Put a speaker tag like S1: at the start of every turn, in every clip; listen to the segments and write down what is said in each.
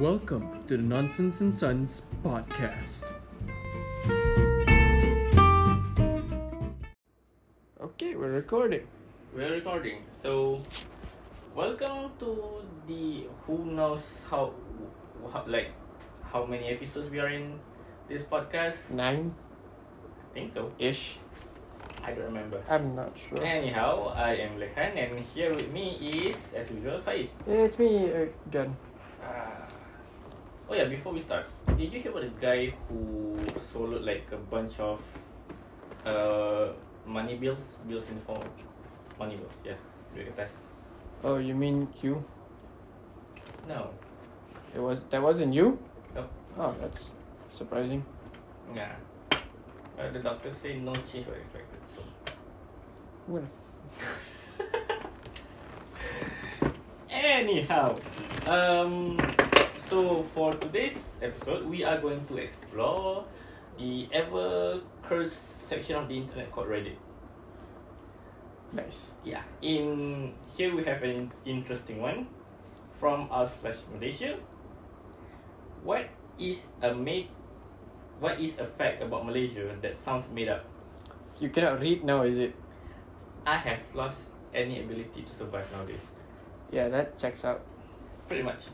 S1: welcome to the Nonsense and Sons podcast. Okay, we're recording.
S2: We're recording. So, welcome to the who knows how, wh- like how many episodes we are in this podcast.
S1: Nine
S2: I think so.
S1: ish.
S2: I don't remember.
S1: I'm not sure.
S2: Eh. Anyhow, I am Lehan, and here with me is as usual Faiz.
S1: It's me again.
S2: Ah. oh yeah, before we start, did you hear about the guy who sold like a bunch of uh money bills, bills in the form of money bills? Yeah, duit kertas.
S1: Oh, you mean you?
S2: No.
S1: It was that wasn't you?
S2: No.
S1: Oh, that's surprising.
S2: Yeah. Uh, the doctor say no change was expected. So.
S1: I'm gonna-
S2: Anyhow, um, so for today's episode, we are going to explore the ever cursed section of the internet called Reddit.
S1: Nice.
S2: Yeah. In here we have an interesting one from our slash Malaysia. What is a made? What is a fact about Malaysia that sounds made up?
S1: You cannot read now, is it?
S2: I have lost any ability to survive nowadays.
S1: Yeah, that checks out.
S2: Pretty much.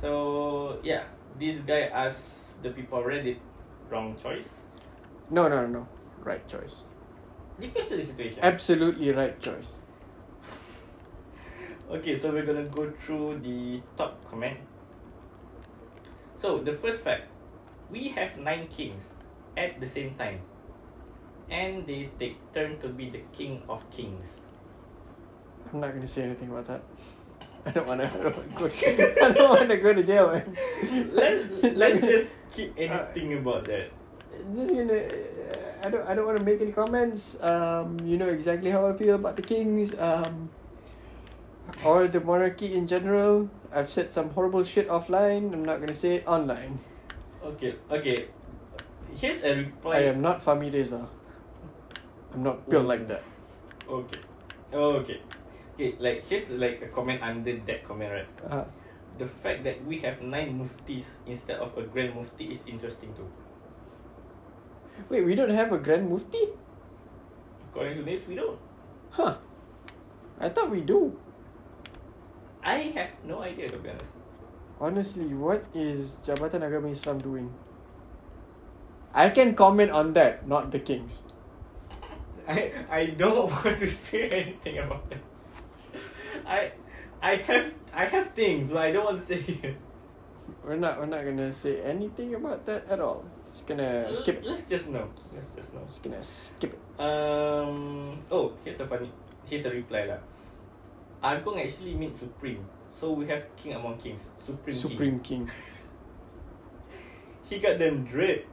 S2: So yeah, this guy asks the people on Reddit, wrong choice.
S1: No, no, no. Right choice.
S2: Depends on the situation.
S1: Absolutely right choice.
S2: Okay, so we're gonna go through the top comment. So the first fact, we have nine kings at the same time, and they take turn to be the king of kings.
S1: I'm not gonna say anything about that. I don't wanna. I don't wanna go, I don't wanna go to jail, man.
S2: let's let's just keep anything about that.
S1: Just gonna. I don't. I don't want to make any comments. Um, you know exactly how I feel about the kings. Um, or the monarchy in general. I've said some horrible shit offline. I'm not gonna say it online.
S2: Okay, okay. Here's a reply.
S1: I am not Fami Reza. I'm not built
S2: Ooh.
S1: like that.
S2: Okay. Oh, Okay. Okay, like here's like a comment under that comment, right?
S1: Uh,
S2: The fact that we have nine muftis instead of a grand mufti is interesting too.
S1: wait, we don't have a Grand Mufti?
S2: According to this, we don't.
S1: Huh? I thought we do.
S2: I have no idea to be honest.
S1: Honestly, what is Jabatan Agama Islam doing? I can comment on that, not the kings.
S2: I I don't want to say anything about that. I I have I have things but I don't want to say it.
S1: We're not we're not gonna say anything about that at all. Just gonna Uh, skip it.
S2: Let's just know. Let's just know.
S1: Just gonna skip it.
S2: Um. Oh, here's a funny. Here's a reply lah. Agung actually means supreme. So we have king among kings. Supreme.
S1: Supreme King.
S2: King. He got them drip.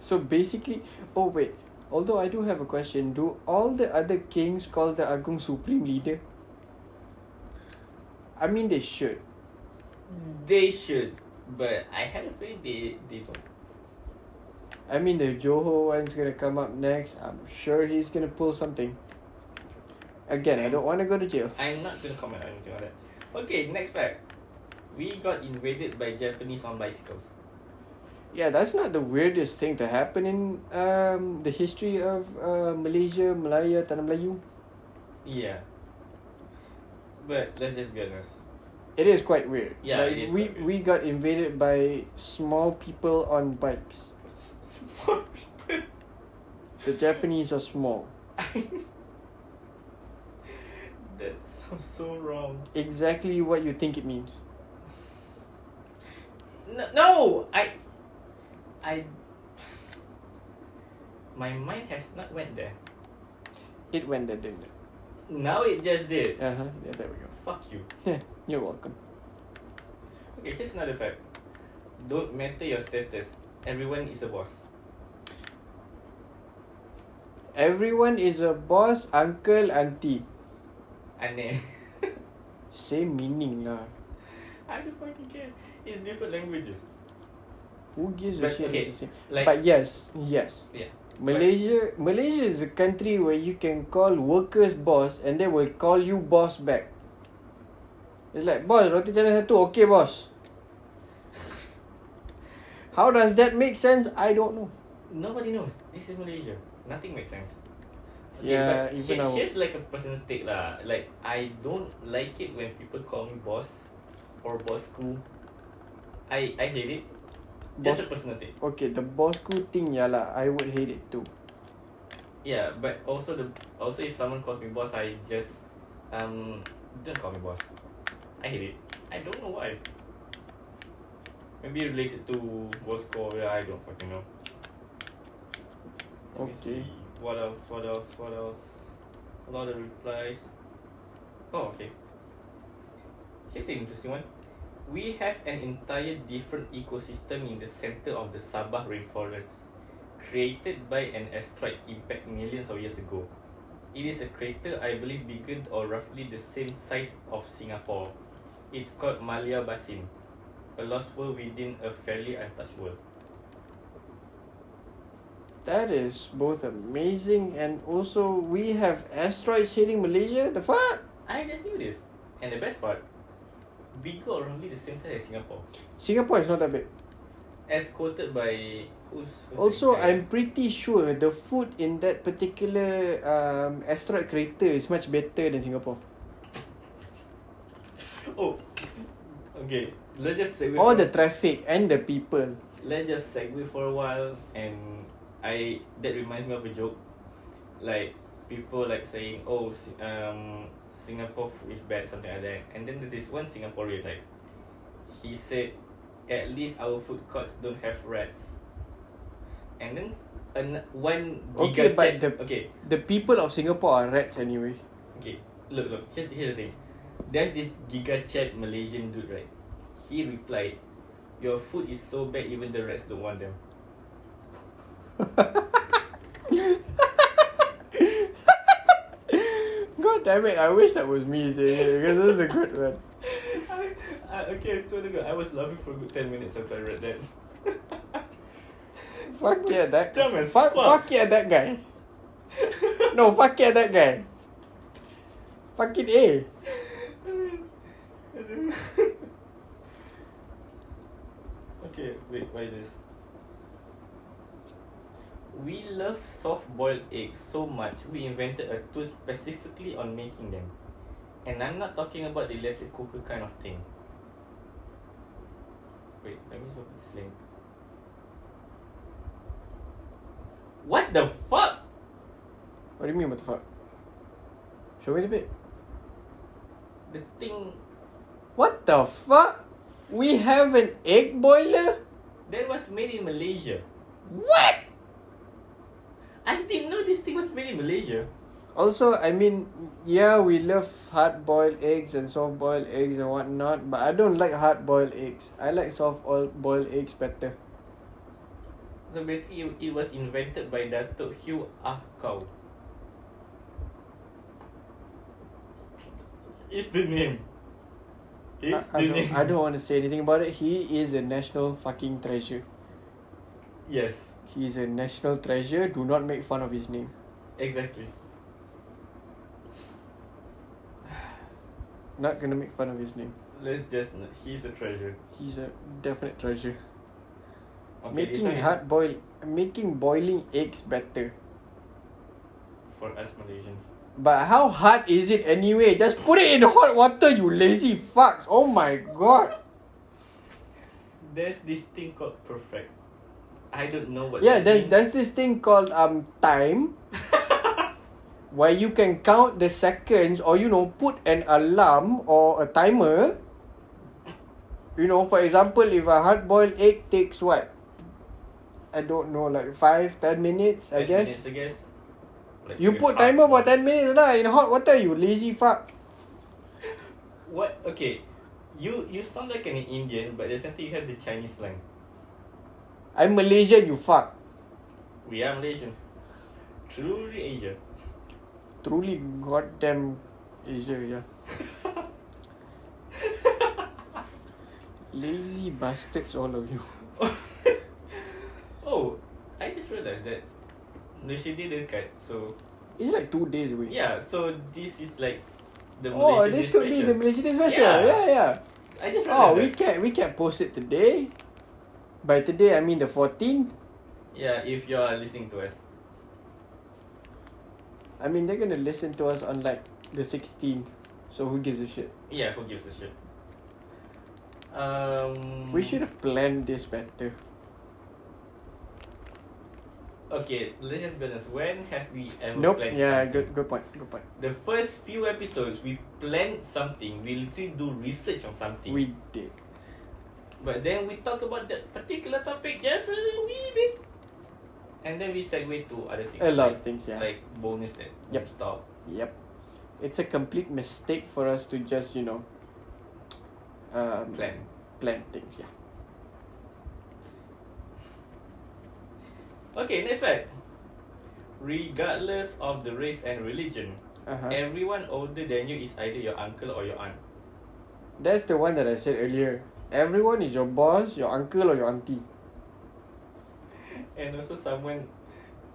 S1: So basically oh wait. Although I do have a question, do all the other kings call the Agung Supreme Leader? I mean they should.
S2: They should, but I had a feeling they they don't.
S1: I mean the Joho one's gonna come up next. I'm sure he's gonna pull something. Again, I don't wanna go to jail.
S2: I'm not gonna comment on anything on that. Okay, next fact. We got invaded by Japanese on bicycles.
S1: Yeah, that's not the weirdest thing to happen in um, the history of uh, Malaysia, Malaya, Tanah Melayu.
S2: Yeah. But let's just be honest.
S1: It is quite weird.
S2: Yeah,
S1: like,
S2: it is
S1: we
S2: quite weird.
S1: we got invaded by small people on bikes.
S2: S- Small people.
S1: The Japanese are small.
S2: that sounds so wrong.
S1: Exactly what you think it means.
S2: No, no, I, I, my mind has not went there.
S1: It went there, didn't it?
S2: Now it just did.
S1: Uh huh. Yeah, there we go.
S2: Fuck you.
S1: Yeah, you're welcome.
S2: Okay, here's another fact. Don't matter your status. Everyone is a boss.
S1: Everyone is a boss, uncle, auntie.
S2: Aneh.
S1: Same meaning lah.
S2: I don't fucking care. It's different languages.
S1: Who gives a
S2: But,
S1: shit?
S2: okay,
S1: It's the same.
S2: like-
S1: but yes, yes.
S2: Yeah.
S1: Malaysia Malaysia is a country where you can call workers boss and they will call you boss back. It's like, boss, roti canai satu, okay boss. How does that make sense? I don't know.
S2: Nobody knows. This is Malaysia. Nothing makes sense.
S1: Yeah,
S2: but
S1: even
S2: here-
S1: our-
S2: here's like a personal take lah. Like I don't like it when people call me boss or bossku. I I hate it. Just a
S1: Boss-
S2: personal take.
S1: Okay, the boss cool thing, yeah lah. I would hate it too.
S2: Yeah, but also the also if someone calls me boss, I just um don't call me boss. I hate it. I don't know why. Maybe related to boss call. Yeah, I don't fucking know.
S1: Okay.
S2: Let me see. What else? What else? What else? A lot of replies. Oh, okay. Here's an interesting one. We have an entire different ecosystem in the center of the Sabah rainforest, created by an asteroid impact millions of years ago. It is a crater, I believe, bigger or roughly the same size of Singapore. It's called Malia Basin, a lost world within a fairly untouched world.
S1: That is both amazing and also we have asteroids hitting Malaysia. The fuck?
S2: I just knew this. And the best part, we go roughly the same size as Singapore.
S1: Singapore is not that big.
S2: As quoted by who's, who's
S1: Also,
S2: that guy?
S1: I'm pretty sure the food in that particular um, asteroid crater is much better than Singapore.
S2: Oh, okay. Let's just segue.
S1: All
S2: for-
S1: the traffic and the people.
S2: Let's just segue for a while, and I that reminds me of a joke, like people like saying, "Oh, Si- um, Singapore food is bad," something like that. And then there's one Singaporean like, he said, "At least our food courts don't have rats." And then s- an, one
S1: Okay,
S2: giga
S1: but
S2: chat-
S1: the-
S2: okay,
S1: The people of Singapore are rats anyway.
S2: Okay, look, look. Here's, here's the thing. There's this giga chat Malaysian dude, right? He replied, "Your food is so bad, even the rats don't want them."
S1: God damn it, I wish that was me saying it because this is a good one.
S2: I, I, okay, it's totally good. I was laughing for a good ten minutes after I read that.
S1: Fuck yeah, that
S2: Dumb as
S1: fuck,
S2: fuck.
S1: fuck yeah, that guy. No, fuck yeah, that guy. Fucking A.
S2: okay, wait, why this? We love soft boiled eggs so much, we invented a tool specifically on making them. And I'm not talking about the electric cooker kind of thing. Wait, let me show this link. What the fuck?
S1: What do you mean, what the fuck? Show me the bit.
S2: The thing
S1: What the fuck? We have an egg boiler?
S2: that was made in Malaysia.
S1: What?
S2: I didn't know this thing was made in Malaysia.
S1: Also, I mean, yeah, we love hard boiled eggs and soft boiled eggs and whatnot, but I don't like hard boiled eggs. I like soft boiled eggs better.
S2: So basically, it- it was invented by Datuk Hugh Ah Kau. It's the name.
S1: I,
S2: It's
S1: I,
S2: the
S1: don't,
S2: name.
S1: I don't want to say anything about it. He is a national fucking treasure.
S2: Yes,
S1: He is a national treasure. Do not make fun of his name.
S2: exactly.
S1: Not gonna make fun of his name.
S2: Let's just. n- He's a treasure.
S1: He's a definite treasure.
S2: Okay, this
S1: making
S2: one is
S1: hard boil, making boiling eggs better.
S2: for us Malaysians.
S1: But how hard is it anyway? Just put it in hot water, you lazy fucks. Oh my god.
S2: There's this thing called perfect. I don't know what.
S1: Yeah,
S2: that
S1: there's
S2: means.
S1: there's this thing called um time where you can count the seconds or you know put an alarm or a timer. You know, for example, if a hard boiled egg takes what? I don't know, like five, ten minutes, I
S2: Ten
S1: guess.
S2: minutes, I guess. Like
S1: You
S2: with
S1: put
S2: hard
S1: timer for
S2: boiled.
S1: ten minutes lah in hot water, you lazy fuck.
S2: What? Okay, you you sound like an Indian, but at the same time you have the Chinese slang.
S1: I'm Malaysian, you fuck.
S2: We are Malaysian. Truly Asia.
S1: Truly goddamn Asia, yeah. Lazy bastards, all of you.
S2: oh, I just realized that Malaysia Day dekat. So
S1: It's like two days away.
S2: yeah, so this is like the
S1: Oh,
S2: Malaysian
S1: this could be the
S2: expression.
S1: Malaysian Day special.
S2: Yeah.
S1: Yeah, yeah.
S2: I just
S1: Oh,
S2: remember.
S1: we can we can post it today. By today, I mean the 14th.
S2: Yeah, if you are listening to us.
S1: I mean they're gonna listen to us on like the 16th. So who gives a shit?
S2: Yeah, who gives a shit? Um.
S1: We should have planned this better.
S2: Okay, let's just be honest. When have we ever
S1: nope.
S2: planned?
S1: Yeah.
S2: something?
S1: Good. Good point. Good point.
S2: The first few episodes, we planned something. We literally do research on something.
S1: We did.
S2: But then we talk about that particular topic just a wee bit. And then we segue to other things.
S1: A lot of
S2: like,
S1: things. Yeah.
S2: Like bonus that
S1: Yep.
S2: stop.
S1: Yep. It's a complete mistake for us to just, you know, um,
S2: Plan.
S1: plan things, yeah.
S2: Okay, next fact. Regardless of the race and religion,
S1: Uh-huh.
S2: everyone older than you is either your uncle or your aunt.
S1: That's the one that I said earlier. Everyone is your boss, your uncle, or your auntie.
S2: And also someone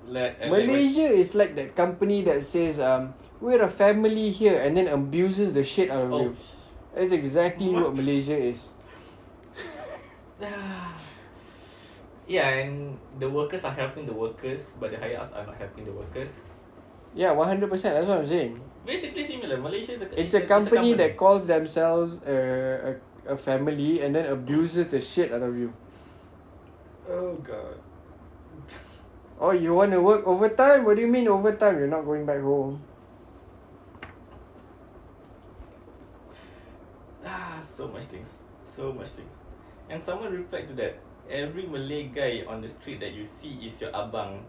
S2: like uh, like-
S1: Malaysia is like that company that says, um, we're a family here, and then abuses the shit out of
S2: Oh.
S1: you. That's exactly what,
S2: What?
S1: Malaysia is.
S2: yeah, and the workers are helping the workers, but the higher ups are not helping the workers.
S1: Yeah, 100%. That's what I'm saying.
S2: Basically similar. Malaysia is a
S1: It's a company that calls themselves uh, a, a, a family and then abuses the shit out of you.
S2: Oh god.
S1: Oh, you want to work overtime? What do you mean overtime? You're not going back home.
S2: Ah, so much things. So much things. And someone replied to that. Every Malay guy on the street that you see is your abang,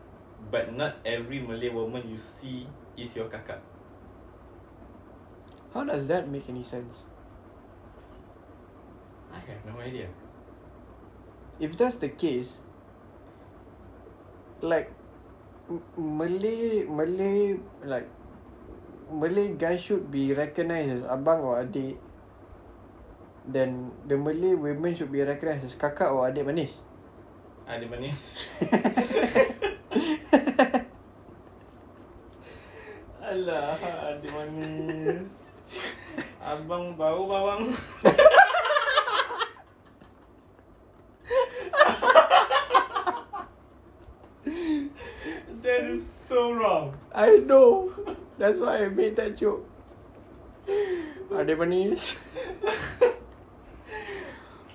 S2: but not every Malay woman you see is your kakak.
S1: How does that make any sense?
S2: I have no idea.
S1: If that's the case, like M- Malay Malay like Malay guy should be recognized as abang or adik. Then the Malay women should be recognized as kakak or adik manis.
S2: Ada manis. Alah, ada manis. Abang bau bawang. that is so wrong.
S1: I know. That's why I made that joke. Adik manis.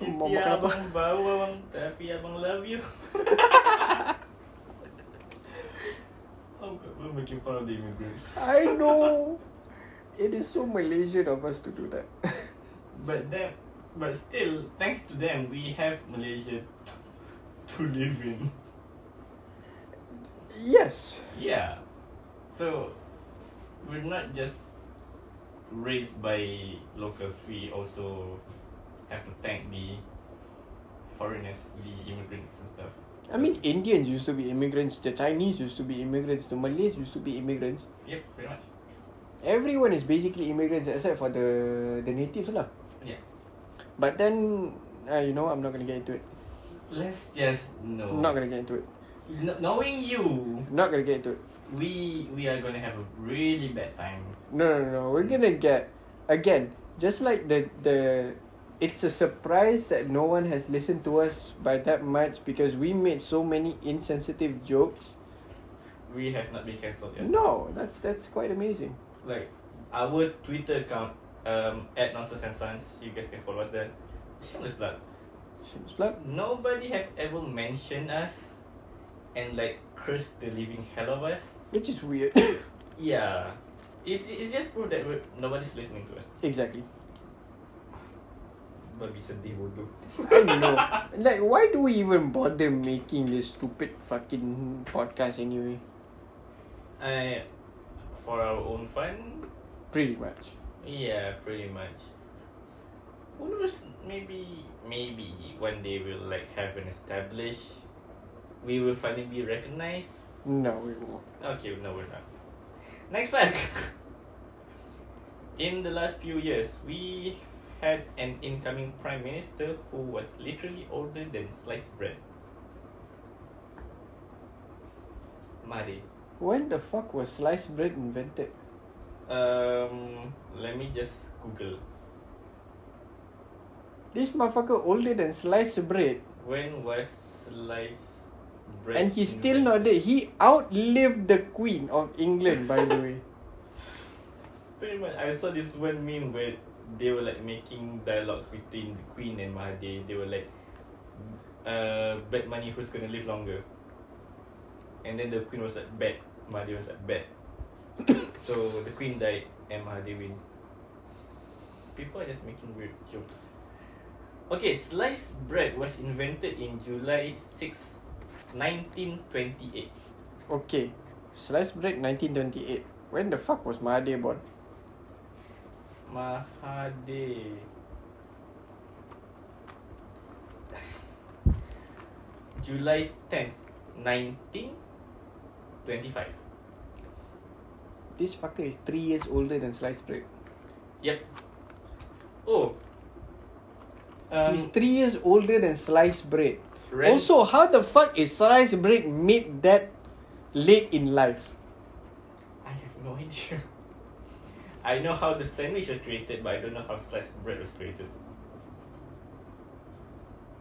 S1: Mau
S2: Kita
S1: makan apa?
S2: abang bau abang Tapi abang love you Oh god, we're making fun of the immigrants
S1: I know. It is so Malaysian of us to do that.
S2: But then But still, thanks to them We have Malaysia To live in
S1: yes.
S2: Yeah So We're not just Raised by locals We also Have to thank the Foreigners The immigrants and stuff
S1: I mean, Indians used to be immigrants, the Chinese used to be immigrants, the Malays used to be immigrants.
S2: Yep, pretty much
S1: Everyone is basically immigrants except for the, the natives lah.
S2: Yeah
S1: But then, uh, you know, I'm not gonna get into it.
S2: Let's just know.
S1: I'm not gonna get into it.
S2: Kn- knowing you,
S1: I'm not gonna get into it.
S2: we we are gonna have a really bad time.
S1: No, no, no. We're gonna get again. Just like the the, it's a surprise that no one has listened to us by that much because we made so many insensitive jokes.
S2: We have not been cancelled yet.
S1: No, that's that's quite amazing.
S2: Like our Twitter account, um, at nonsense and science. You guys can follow us there. Shameless plug.
S1: Shameless plug.
S2: Nobody have ever mentioned us, and like cursed the living hell of us.
S1: Which is weird.
S2: Yeah, it's it's just proof that we're, nobody's listening to us.
S1: exactly.
S2: Bagi sedih bodoh.
S1: I know. Like, why do we even bother making this stupid fucking podcast anyway?
S2: I, for our own fun,
S1: Pretty much.
S2: Yeah, pretty much. Who knows? Maybe, maybe one day we'll like have an established. We will finally be recognized.
S1: No, we won't.
S2: Okay, no, we're not. Next fact. In the last few years, we had an incoming prime minister who was literally older than sliced bread. Madi.
S1: When the fuck was sliced bread invented?
S2: Um, let me just Google.
S1: This motherfucker older than sliced bread.
S2: When was sliced bread?
S1: And he's still not
S2: invented?
S1: dead. He outlived the Queen of England, by the way.
S2: Pretty much, I saw this one meme where they were like making dialogues between the Queen and Mahathir. They were like, uh, bet money who's gonna live longer. And then the Queen was like, bet. Mahathir was like, bet. so the Queen died and Mahathir win. People are just making weird jokes. Okay, sliced bread was invented in July 6, 1928.
S1: Okay. Sliced bread 1928. When the fuck was Mahathir born?
S2: Mahathir. July 10th, 1925.
S1: This fucker is 3 years older than sliced bread.
S2: Yep. Oh. Um,
S1: He's 3 years older than sliced bread.
S2: Ren-
S1: Also, how the fuck is sliced bread made that late in life?
S2: I have no idea. I know how the sandwich was created, but I don't know how sliced bread was created.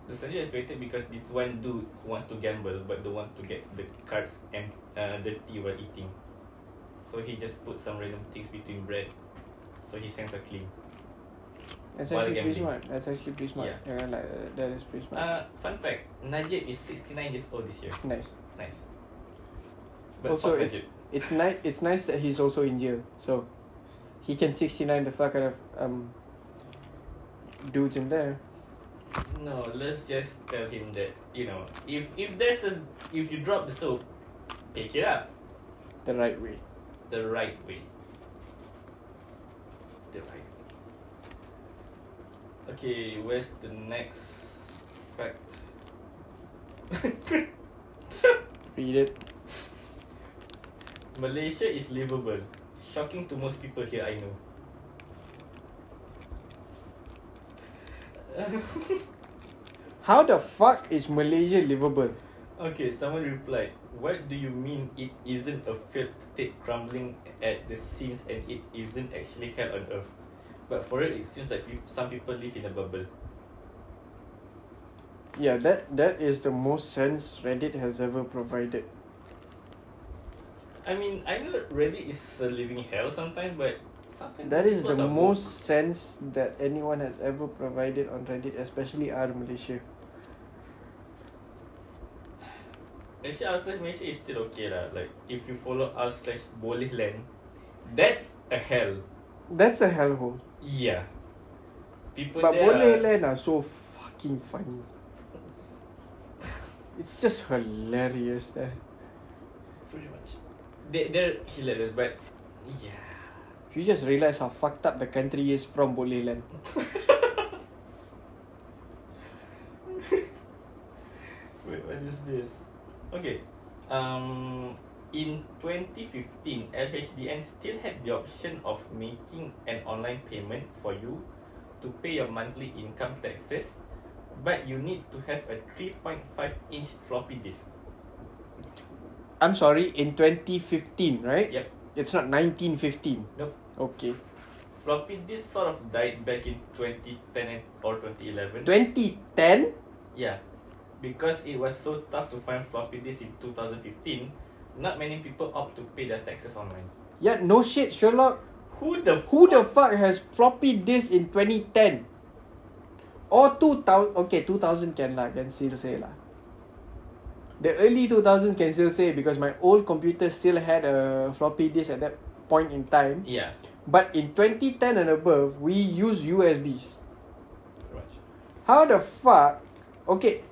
S2: The sandwich was created because this one dude who wants to gamble but don't want to get the cards em- uh, dirty while eating. So he just put some random things between bread. So his hands are clean.
S1: That's
S2: While
S1: actually pretty
S2: gambling.
S1: smart. That's actually pretty smart.
S2: Yeah.
S1: Yeah, like, uh, that is pretty smart.
S2: Uh, fun fact Najib is 69 years old this year.
S1: nice.
S2: Nice.
S1: also,
S2: fuck
S1: it's
S2: Najib.
S1: it's nice. It's nice that he's also in jail, so he can sixty nine the fuck out of um dudes in there.
S2: No, let's just tell him that you know if if there's a if you drop the soap, pick it up
S1: The right way.
S2: the right way. The right way. Okay, where's the next fact?
S1: Read it.
S2: Malaysia is livable. Shocking to most people here, I know.
S1: How the fuck is Malaysia livable?
S2: Okay, someone replied, What do you mean it isn't a failed state crumbling at the seams and it isn't actually hell on earth? But for it, it seems like peop- some people live in a bubble.
S1: Yeah, that that is the most sense Reddit has ever provided.
S2: I mean, I know Reddit is a living hell sometimes, but sometimes.
S1: That is
S2: people
S1: the
S2: are
S1: most
S2: woke.
S1: sense that anyone has ever provided on Reddit, especially our Malaysia.
S2: Actually, our slash Malaysia is still okay lah. Like, if you follow our slash boleh land, that's a hell.
S1: That's a hellhole.
S2: Yeah. People
S1: But
S2: there
S1: Boleh
S2: are-
S1: Land are so fucking funny. It's just hilarious eh. there.
S2: Pretty much. They, they're hilarious, but. Yeah.
S1: You just realise how fucked up the country is from Boleh Land.
S2: Wait, what is this? Okay. Um, in 2015, LHDN still had the option of making an online payment for you to pay your monthly income taxes, but you need to have a 3.5 inch floppy disk.
S1: I'm sorry, in 2015, right?
S2: Yep.
S1: It's not 1915.
S2: Nope.
S1: Okay.
S2: Floppy disk sort of died back in 2010 and- or 2011.
S1: 2010?
S2: Yeah, because it was so tough to find floppy disks in 2015, not many people opt to pay their taxes online.
S1: Yeah, no shit, Sherlock.
S2: Who the
S1: Who the fuck has floppy disk in 2010? Or 2000, okay, 2000 can lah, can still say lah. The early 2000s can still say because my old computer still had a floppy disk at that point in time.
S2: Yeah,
S1: But in 2010 and above, we use USBs.
S2: pretty much.
S1: How the fuck? Okay.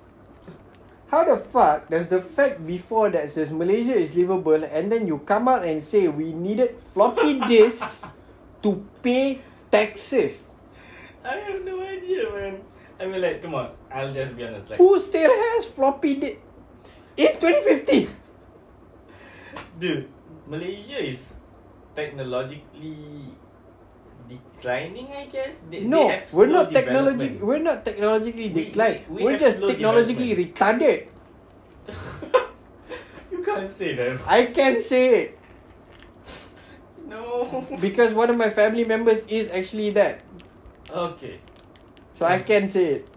S1: How the fuck does the fact before that says Malaysia is livable and then you come out and say we needed floppy disks to pay taxes?
S2: I have no idea, man. I mean, like, come on, I'll just be honest. Like,
S1: Who still has floppy disk? In 2015!
S2: dude, Malaysia is technologically declining, I guess. They,
S1: No,
S2: they have
S1: we're
S2: slow
S1: not technology.
S2: development.
S1: We're not technologically
S2: We-
S1: declined. We,
S2: we- we
S1: are
S2: have
S1: just
S2: slow
S1: technologically retarded.
S2: you can't say that.
S1: I can say it.
S2: No.
S1: because one of my family members is actually that.
S2: okay.
S1: So I can say it.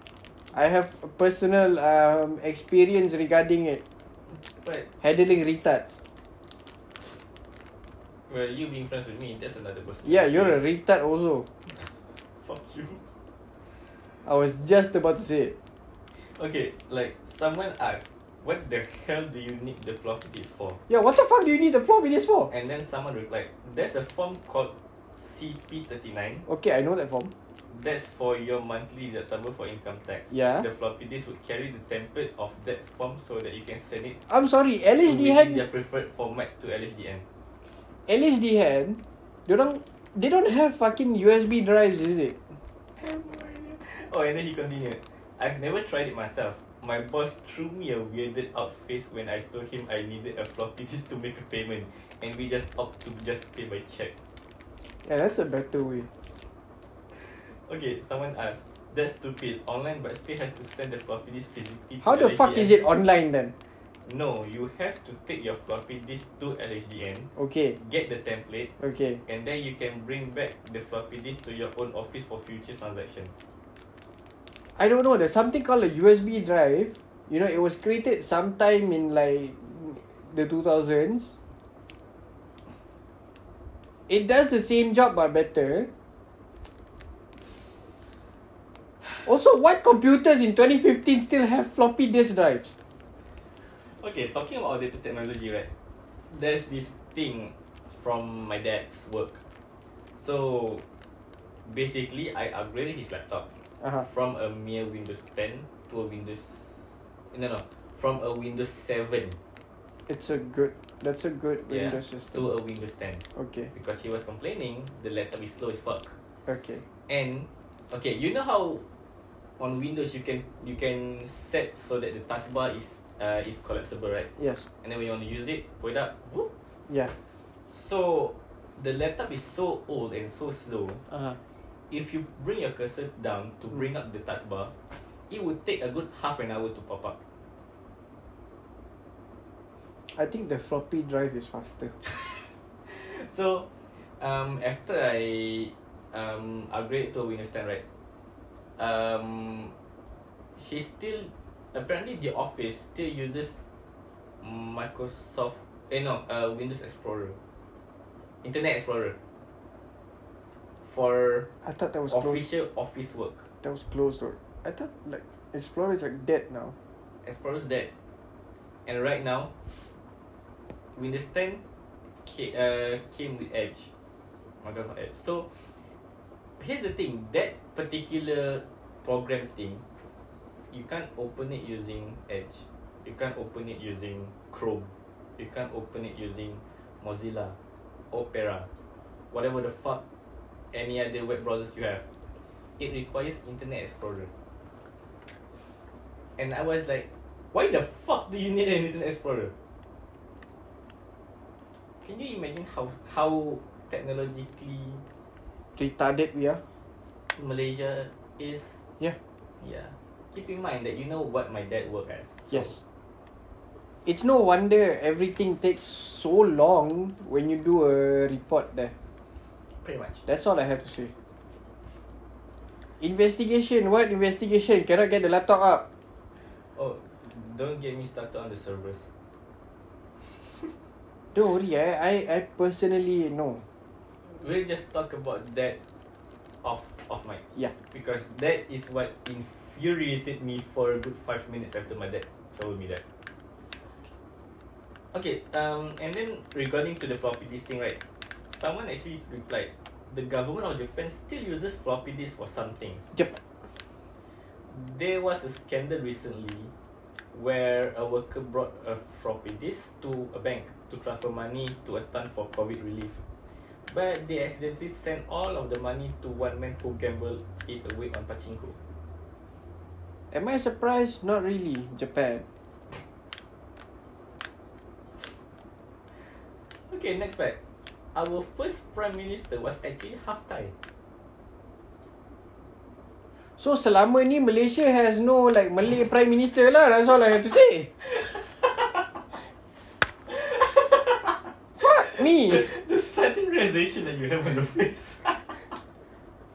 S1: I have a personal um, experience regarding it.
S2: But
S1: Handling retards.
S2: well, you being friends with me, that's another person.
S1: Yeah, you're a retard also.
S2: Fuck you.
S1: I was just about to say it.
S2: Okay, like someone asked, what the hell do you need the floppy disk for?
S1: Yeah, what the fuck do you need the floor minutes for?
S2: And then someone replied, there's a form called CP39.
S1: Okay, I know that form.
S2: That's for your monthly deductible for income tax.
S1: Yeah.
S2: The floppy disk would carry the template of that form so that you can send it
S1: I'm sorry,
S2: to
S1: LHDN
S2: within their preferred format to LHDN.
S1: LHDN, they don't they don't have fucking USB drives, is it?
S2: Oh, and then he continued. I've never tried it myself. My boss threw me a weirded out face when I told him I needed a floppy disk to make a payment, and we just opt to just pay by check.
S1: Yeah, that's a better way.
S2: Okay, someone asked, that's stupid. Online, but still have to send the floppy disk physically.
S1: How
S2: to
S1: the fuck
S2: LHDN.
S1: is it online then?
S2: No, you have to take your floppy disk to LHDN,
S1: Okay,
S2: get the template,
S1: okay.
S2: and then you can bring back the floppy disk to your own office for future transactions.
S1: I don't know. There's something called a USB drive. You know, it was created sometime in like the 2000s. It does the same job but better. Also, what computers in 2015 still have floppy disk drives?
S2: Okay, talking about data technology, right? There's this thing from my dad's work. So basically, I upgraded his laptop
S1: Uh-huh.
S2: from a mere Windows 10 to a Windows. No, no, from a Windows 7
S1: It's a good. That's a good
S2: Yeah,
S1: Windows system.
S2: to a Windows 10
S1: Okay.
S2: because he was complaining the laptop is slow as fuck.
S1: Okay.
S2: And okay, you know how on Windows you can you can set so that the taskbar is uh, is collapsible, right?
S1: Yes.
S2: And then when you want to use it, pull it up, whoop,
S1: Yeah.
S2: So the laptop is so old and so slow.
S1: Uh huh.
S2: If you bring your cursor down to bring up the taskbar, it would take a good half an hour to pop up.
S1: I think the floppy drive is faster.
S2: So, um, after I um upgrade to Windows 10, right? Um, he still apparently the office still uses Microsoft. Eh no, uh, Windows Explorer, Internet Explorer. For
S1: I thought that was closed.
S2: official office work.
S1: That was closed door. I thought like Explorer is like dead now.
S2: Explorer's dead. And right now, Windows 10 ca- uh, came with Edge. Microsoft Edge. So, here's the thing that particular program thing, you can't open it using Edge. You can't open it using Chrome. You can't open it using Mozilla, Opera, whatever the fuck any other web browsers you have. It requires Internet Explorer. And I was like, why the fuck do you need an internet explorer? Can you imagine how how technologically
S1: Retarded we are.
S2: Malaysia is?
S1: Yeah.
S2: Yeah. Keep in mind that you know what my dad worked as. so-
S1: Yes. It's no wonder everything takes so long when you do a report there.
S2: Pretty much.
S1: That's all I have to say. Investigation, what investigation? Cannot get the laptop up.
S2: Oh, don't get me started on the servers.
S1: Don't worry, I, I, I personally know.
S2: We'll just talk about that off off mic.
S1: Yeah.
S2: Because that is what infuriated me for a good five minutes after my dad told me that. Okay, um, and then regarding to the floppy disk thing, right? Someone actually replied, the government of Japan still uses floppy disk for some things.
S1: Jap-
S2: There was a scandal recently where a worker brought a floppy disk to a bank to transfer money to a ton for COVID relief. But they accidentally sent all of the money to one man who gambled it away on pachinko.
S1: Am I surprised? Not really. Japan.
S2: Okay, next fact. Our first prime minister was actually half Thai.
S1: So selama ni Malaysia has no like Malay Prime Minister lah. That's all I have to say. Fuck me.
S2: the sudden realization that you have on your face.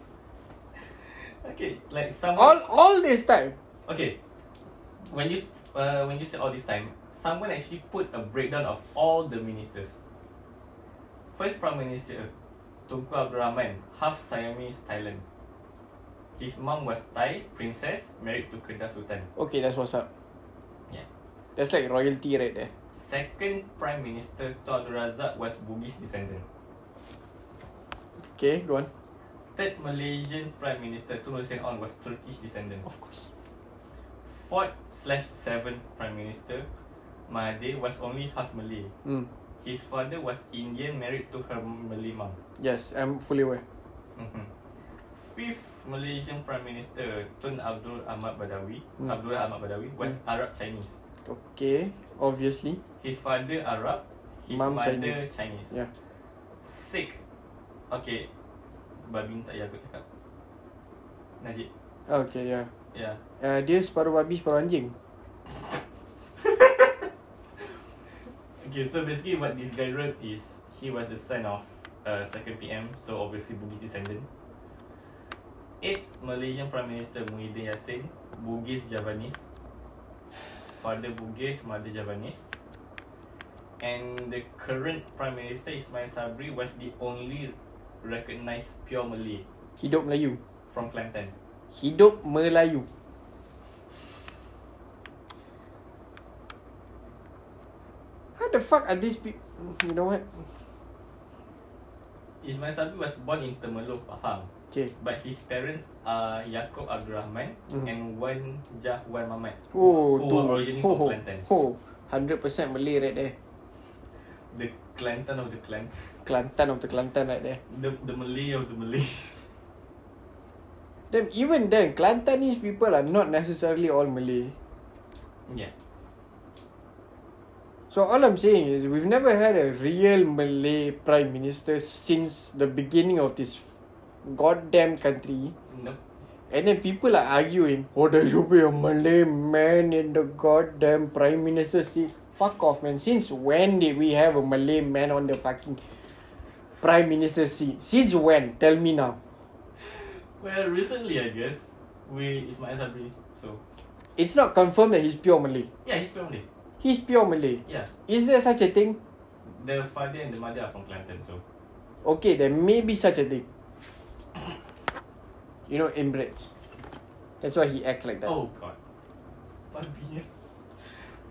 S2: okay, like someone.
S1: All all this time.
S2: Okay, when you uh, when you say all this time, someone actually put a breakdown of all the ministers. First Prime Minister, Tunku Abdul Rahman, half Siamese Thailand. His mom was Thai princess married to Kedah Sultan.
S1: Okay, that's what's up.
S2: Yeah.
S1: That's like royalty eh? right there.
S2: Second Prime Minister Tun Abdul Razak was Bugis descendant.
S1: Okay, go on.
S2: Third Malaysian Prime Minister Tun Hussein Onn was Turkish descendant.
S1: Of course.
S2: Fourth slash seventh Prime Minister Mahathir was only half Malay.
S1: Mm.
S2: His father was Indian married to her Malay mom.
S1: Yes, I'm fully aware.
S2: Mhm. Fifth Malaysian Prime Minister Tun Abdul Ahmad Badawi
S1: Hmm.
S2: Abdul Ahmad Badawi was Arab Chinese.
S1: Okay, obviously.
S2: His father Arab, his
S1: Mum
S2: mother
S1: Chinese.
S2: Chinese.
S1: Yeah.
S2: Sixth. Okay. Babi tak payah aku cakap. Najib.
S1: Okay, yeah.
S2: Yeah.
S1: Uh, dia separuh babi, separuh anjing.
S2: Okay, so basically what this guy wrote is he was the son of uh, second PM, so obviously Bugis descendant. Eighth Malaysian Prime Minister Muhyiddin Yassin, Bugis Javanese. Father Bugis, mother Javanese. And the current Prime Minister Ismail Sabri was the only recognized pure Malay
S1: Hidup Melayu.
S2: from Kelantan.
S1: Hidup Melayu. How the fuck are these people? You know what?
S2: Ismail Sabri was born in Temerloh, Pahang.
S1: Okay.
S2: But his parents are Yaakob Abdul Rahman
S1: Mhm.
S2: and Wan Jah Wan Mamat.
S1: Oh,
S2: who
S1: tu.
S2: are originally
S1: Ho,
S2: from
S1: ho,
S2: Kelantan.
S1: ho. 100% Malay eh. right there.
S2: The Kelantan of the Kelantan.
S1: Kelantan of the Kelantan eh. right there.
S2: The, the Malay of the Malays.
S1: Then even then, Kelantanese people are not necessarily all Malay.
S2: yeah.
S1: So all I'm saying is we've never had a real Malay prime minister since the beginning of this goddamn country.
S2: No.
S1: And then people are arguing, oh, there should be a Malay man in the goddamn prime minister seat. Fuck off, man. Since when did we have a Malay man on the fucking prime minister seat? Since when? Tell me now.
S2: Well, recently, I guess, we Ismail Sabri. So,
S1: It's not confirmed that he's pure Malay.
S2: yeah, he's from Malay.
S1: He's pure Malay.
S2: Yeah.
S1: Is there such a thing?
S2: The father and the mother are from Kelantan, so.
S1: Okay, there may be such a thing. You know, inbreds. That's why he acts like that.
S2: Oh, God. Babinya.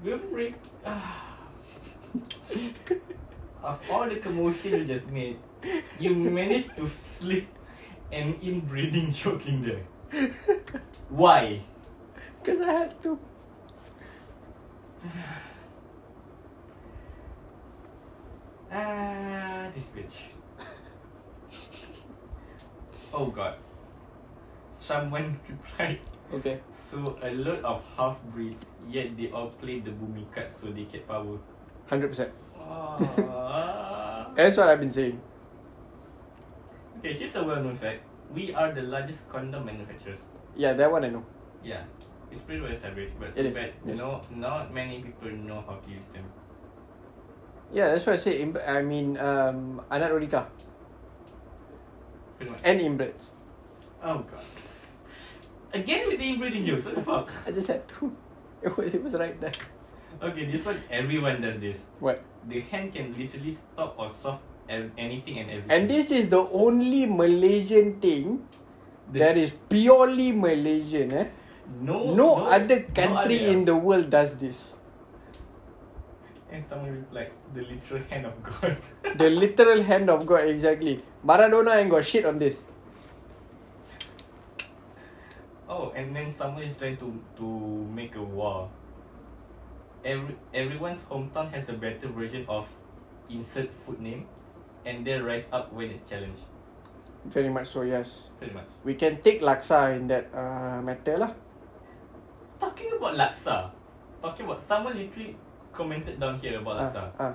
S2: We'll break. of all the commotion you just made, you managed to slip an inbreeding joke in there. Why?
S1: Because I had to.
S2: Ah, this bitch. oh god. Someone replied,
S1: Okay.
S2: so a lot of half breeds, yet they all play the boomy card so they get power.
S1: 100%.
S2: Ah.
S1: That's what I've been saying.
S2: okay, here's a well known fact. We are the largest condom manufacturers.
S1: Yeah, that one I know.
S2: Yeah. It's pretty well established, but
S1: It is,
S2: but
S1: yes.
S2: no not many people know how to use them.
S1: Yeah, that's why I say. Imbre- I mean, um, Anat Rodika
S2: Pretty much.
S1: and inbreds.
S2: Oh god. Again with the inbreeding jokes, what the fuck?
S1: I just had to. It was, it was right there.
S2: Okay, this one everyone does this.
S1: What?
S2: The hand can literally stop or stop ev- anything and everything.
S1: And this is the only Malaysian thing
S2: The-
S1: that is purely Malaysian. Eh?
S2: no,
S1: no, other country
S2: other
S1: in the
S2: else.
S1: world does this.
S2: And someone replied, the literal hand of God.
S1: The literal hand of God, exactly. Maradona ain't got shit on this.
S2: oh, and then someone is trying to to make a war. Every everyone's hometown has a better version of insert food name, and they rise up when it's challenged.
S1: Very much so, yes.
S2: Pretty much.
S1: We can take Laksa in that uh, matter lah.
S2: Talking about laksa, talking about someone literally commented down here about laksa.
S1: Ah, ah.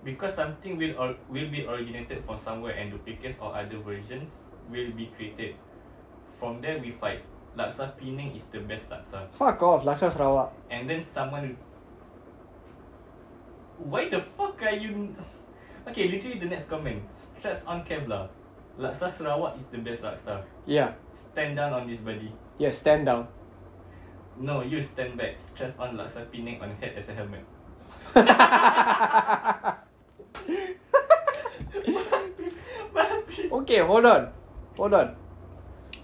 S2: Because something will or will be originated from somewhere and duplicates or other versions will be created. From there we fight. Laksa Penang is the best laksa.
S1: Fuck off, Laksa Sarawak.
S2: And then someone Why the fuck are you Okay, literally the next comment. Straps on Kevlar. Laksa Sarawak is the best laksa.
S1: Yeah.
S2: Stand down on this body.
S1: Yeah, stand down.
S2: No, you stand back. Straps on laksa Penang on head as a helmet.
S1: okay, hold on. Hold on.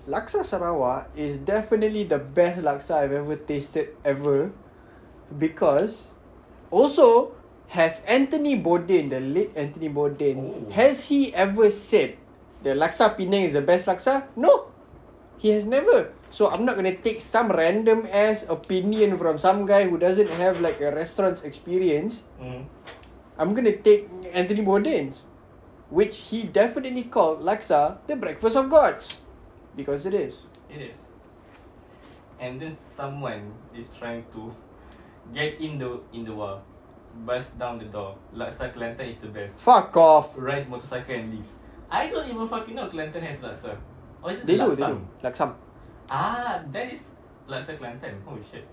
S1: Laksa Sarawak is definitely the best laksa I've ever tasted ever because also has Anthony Bourdain, the late Anthony Bourdain,
S2: Oh.
S1: has he ever said the laksa Penang is the best laksa? No. He has never. So I'm not gonna take some random ass opinion from some guy who doesn't have like a restaurant's experience.
S2: mm.
S1: I'm gonna take Anthony Bourdain's, which he definitely called laksa the breakfast of gods, because it is.
S2: It is. And then someone is trying to get in the in the wall, bust down the door. Laksa Kelantan is the best.
S1: Fuck off.
S2: Rides motorcycle and leaves. I don't even fucking know Kelantan has laksa. Or is it
S1: They do,
S2: laksam?
S1: they do. Laksam.
S2: Ah, that is laksa Kelantan. Oh shit.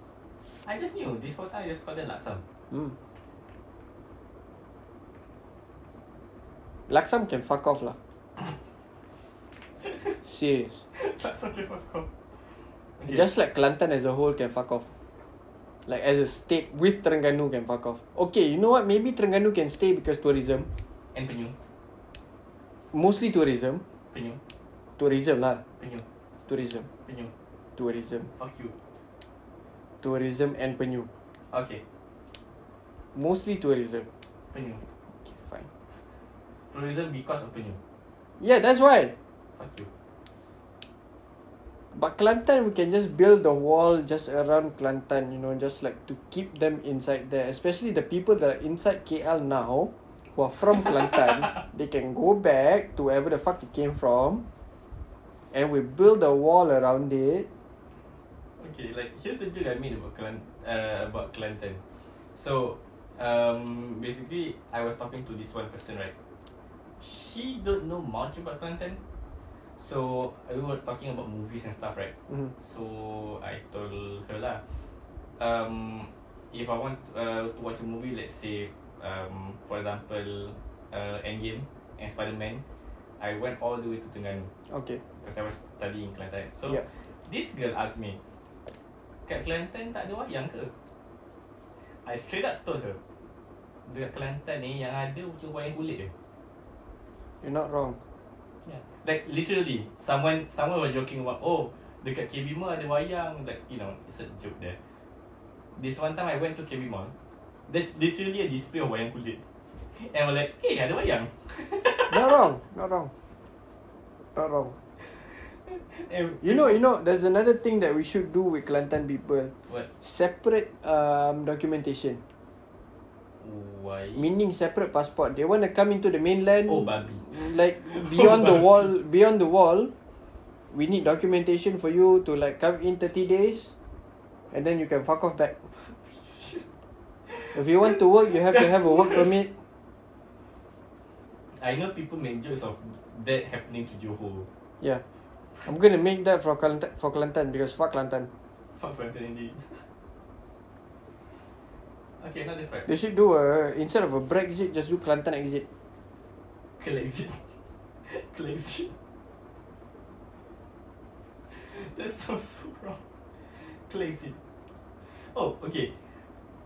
S2: I just knew this whole time I just called it laksam.
S1: Mm. Laksam can fuck off lah. Serious.
S2: laksam can fuck off. Okay.
S1: Just like Kelantan as a whole can fuck off. Like as a state with Terengganu can fuck off. Okay, you know what? Maybe Terengganu can stay because tourism.
S2: and penyu,
S1: Mostly tourism.
S2: penyu,
S1: Tourism lah.
S2: penyu,
S1: Tourism.
S2: penyu.
S1: Tourism.
S2: Fuck you.
S1: Tourism and penyu.
S2: Okay,
S1: Mostly tourism.
S2: penyu.
S1: Okay, fine.
S2: Tourism because of penyu.
S1: Yeah, that's why.
S2: Fuck you.
S1: But Kelantan, we can just build the wall just around Kelantan, you know, just like to keep them inside there. Especially the people that are inside KL now, who are from Kelantan, they can go back to wherever the fuck they came from. And we build a wall around it.
S2: Okay, like here's a joke I made about Kelan- uh, about Kelantan. So, um, basically, I was talking to this one person, right? She don't know much about Kelantan, so we were talking about movies and stuff, right?
S1: Mm.
S2: So I told her lah, um, if I want uh, to watch a movie, let's say, um, for example, uh, Endgame and Spider Man, I went all the way to Terengganu
S1: Okay.
S2: because I was studying Kelantan. So.
S1: Yeah.
S2: This girl asked me Kat Kelantan tak ada wayang ke? I straight up told her Dekat Kelantan ni yang ada macam wayang kulit je
S1: You're not wrong.
S2: yeah. Like literally Someone someone was joking about Oh dekat KB Mall ada wayang Like you know it's a joke there This one time I went to KB Mall There's literally a display of wayang kulit And I was like Hey ada wayang
S1: not wrong. Not wrong. Not wrong.
S2: And
S1: You know, you know, there's another thing that we should do with Kelantan people.
S2: What?
S1: Separate um, documentation.
S2: Why?
S1: meaning separate passport. They want to come into the mainland.
S2: Oh babi Oh,
S1: Like beyond the
S2: babi.
S1: wall, beyond the wall, we need documentation for you to like come in thirty days, and then you can fuck off back. If you want to work, you have to
S2: That's
S1: have a work
S2: worse.
S1: permit.
S2: I know people make jokes of that happening to Johor
S1: Yeah, I'm gonna make that for Kelantan, for Kelantan because fuck Kelantan.
S2: Fuck Quentin indeed. okay, another fact.
S1: They should do a instead of a Brexit, just do Kelantan exit.
S2: Colexit. Colexit. That sounds so wrong. Colexit. Oh, okay.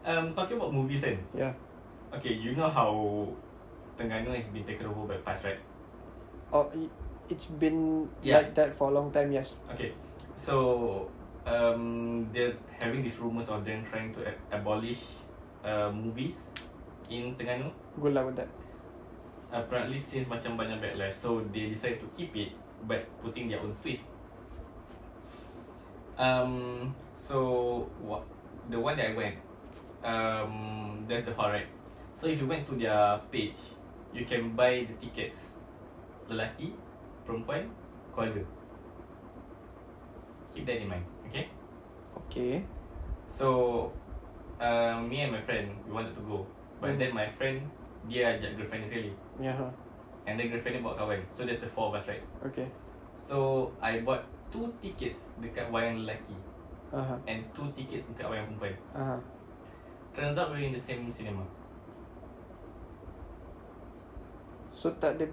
S2: Um, talking about movies then.
S1: Yeah.
S2: Okay, you know how Terengganu has been taken over by past, right?
S1: Oh, it- it's been
S2: Yeah.
S1: like that for a long time. Yes.
S2: Okay, so um, they're having these rumors of them trying to a- abolish uh, movies in Terengganu.
S1: Good luck with that.
S2: apparently since macam banyak backlash so they decided to keep it but putting their own twist um so what the one that I went um there's the hall right so if you went to their page you can buy the tickets lelaki perempuan keluarga keep that in mind okay
S1: Okay.
S2: So um, Me and my friend We wanted to go
S1: Hmm.
S2: But then my friend Dia ajak girlfriend dia sekali
S1: Yeah. huh.
S2: And then girlfriend dia bawa kawan So there's the four of us right
S1: Okay.
S2: So I bought two tickets Dekat wayang lelaki
S1: Uh huh.
S2: And two tickets dekat wayang perempuan
S1: Uh huh.
S2: Turns out we're in the same cinema
S1: So tak ada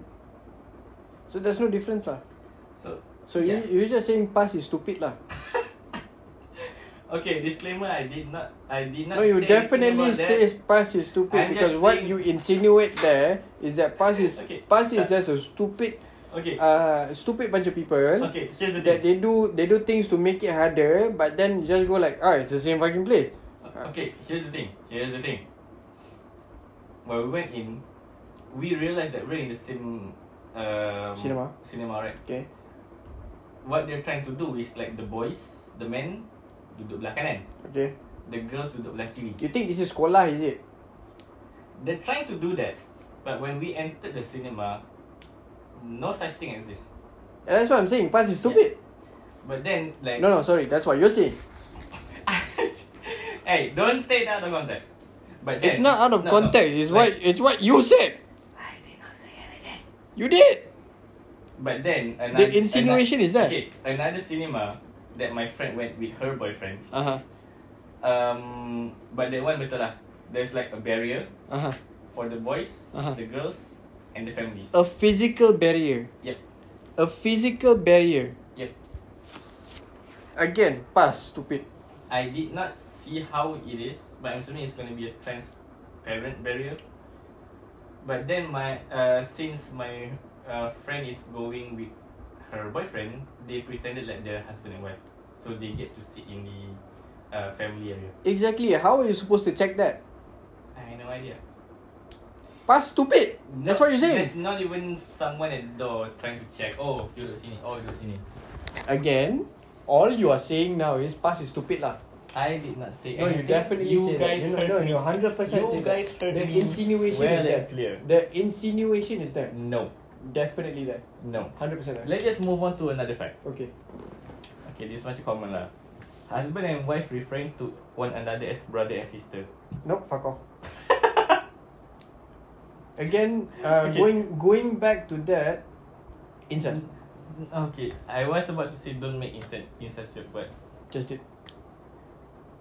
S1: So there's no difference lah
S2: So,
S1: So
S2: yeah.
S1: you, you just saying past is stupid lah
S2: okay, disclaimer, I did not, I did not
S1: No you
S2: say anything
S1: definitely
S2: about that.
S1: say past is stupid
S2: I'm
S1: Because
S2: just
S1: what
S2: saying-
S1: you insinuate there Is that past is
S2: Okay.
S1: Past is
S2: Uh,
S1: just a stupid
S2: Okay,
S1: uh, Stupid bunch of people
S2: okay, here's the
S1: That they
S2: thing.
S1: do They do things to make it harder But then just go like Ah it's the same fucking place
S2: Okay, here's the thing, here's the thing. When we went in, we realized that we're in the same um,
S1: Cinema.
S2: Cinema, right?
S1: Okay
S2: What they're trying to do is like the boys, the men, duduk belah kanan.
S1: Okay
S2: The girls duduk belah kiri.
S1: You think this is sekolah is it?
S2: They're trying to do that, but when we entered the cinema, no such thing exists.
S1: And that's what I'm saying Past is stupid
S2: But then, like,
S1: No no sorry That's what you're saying
S2: hey, don't take that out of context. But then,
S1: It's not out of
S2: no, no,
S1: context It's what
S2: like,
S1: It's what you said
S2: I did not say anything.
S1: You did
S2: But then, another,
S1: insinuation
S2: ano-
S1: is there.
S2: Okay, another cinema that my friend went with her boyfriend.
S1: Uh-huh
S2: Um, but that one betul lah. There's like a barrier
S1: Uh-huh
S2: for the boys,
S1: Uh-huh.
S2: the girls, and the families.
S1: A physical barrier.
S2: Yep,
S1: A physical barrier.
S2: yep.
S1: Again, pass, stupid.
S2: I did not see how it is, but I'm assuming it's gonna be a transparent barrier. But then my uh since my uh friend is going with her boyfriend, they pretended like they're husband and wife, so they get to sit in the uh family area.
S1: Exactly. How are you supposed to check that?
S2: I have no idea.
S1: Pass, stupid. That's
S2: No-
S1: what you're saying.
S2: There's not even someone at the door trying to check. Oh, you look sini. Oh, you look sini.
S1: Again, all you are saying now is pass is stupid lah.
S2: I did not say
S1: No, you
S2: anything.
S1: definitely
S2: you
S1: say
S2: guys
S1: that. You
S2: heard
S1: know, no,
S2: me.
S1: you hundred percent.
S2: You guys heard
S1: The
S2: me
S1: insinuation
S2: well
S1: is
S2: and
S1: there.
S2: clear.
S1: The insinuation is there.
S2: No,
S1: Definitely there.
S2: no.
S1: Hundred percent there.
S2: Let's just move on to another fact.
S1: Okay.
S2: Okay, this much common lah. Husband and wife referring to one another as brother and sister.
S1: Nope. Fuck off. Again, uh,
S2: Okay.
S1: going going back to that, incest.
S2: Okay, I was about to say don't make incest, incest joke, but
S1: Just it.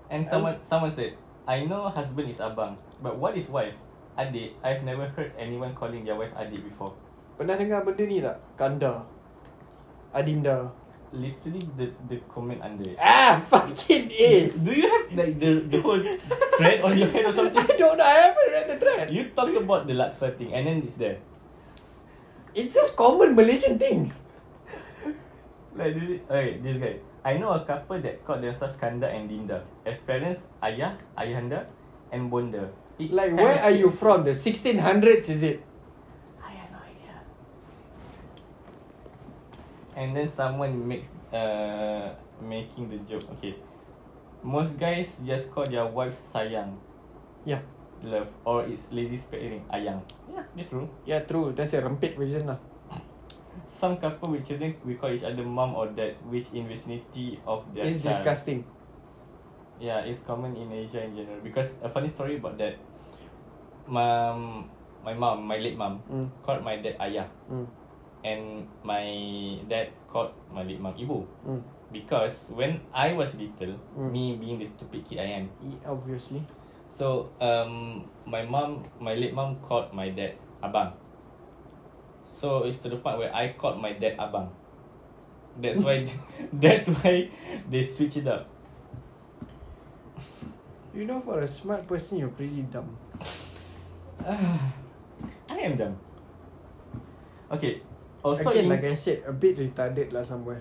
S2: and someone someone said, I know husband is abang, but what is wife? Adik. I've never heard anyone calling their wife adik before.
S1: Pernah dengar benda ni tak? Kanda. Adinda.
S2: Literally the the comment under it.
S1: Ah, fucking A.
S2: Do you have like the the whole thread on your head or something?
S1: I don't know. I haven't read the thread.
S2: You talk about the laksa thing and then it's there.
S1: It's just common Malaysian things.
S2: Like this, okay, this guy. I know a couple that called themselves Kanda and Dinda. As parents, Ayah, Ayahanda, and Bonda. It's
S1: Like,
S2: kind
S1: where
S2: of-
S1: are you from? The 1600s, is it?
S2: I have no idea. And then someone makes uh making the joke. Okay, most guys just call their wife sayang,
S1: Yeah.
S2: love, or it's lazy spelling ayang. Yeah, that's true.
S1: Yeah, true. That's a rampit version lah.
S2: Some couple with children we call each other mom or dad, which in vicinity of their
S1: it's
S2: child.
S1: disgusting.
S2: Yeah, it's common in Asia in general because a funny story about that. Mom, my mom, my late mom,
S1: Mm.
S2: called my dad ayah,
S1: Mm.
S2: and my dad called my late mom ibu
S1: Mm.
S2: because when I was little,
S1: Mm.
S2: me being the stupid kid I am,
S1: E- Obviously.
S2: so um my mom, my late mom called my dad abang. So it's to the point where I called my dad abang. That's why, that's why they switch it up.
S1: You know, for a smart person, you're pretty dumb.
S2: I am dumb. Okay. Also,
S1: Again,
S2: in,
S1: like I said, a bit retarded lah somewhere.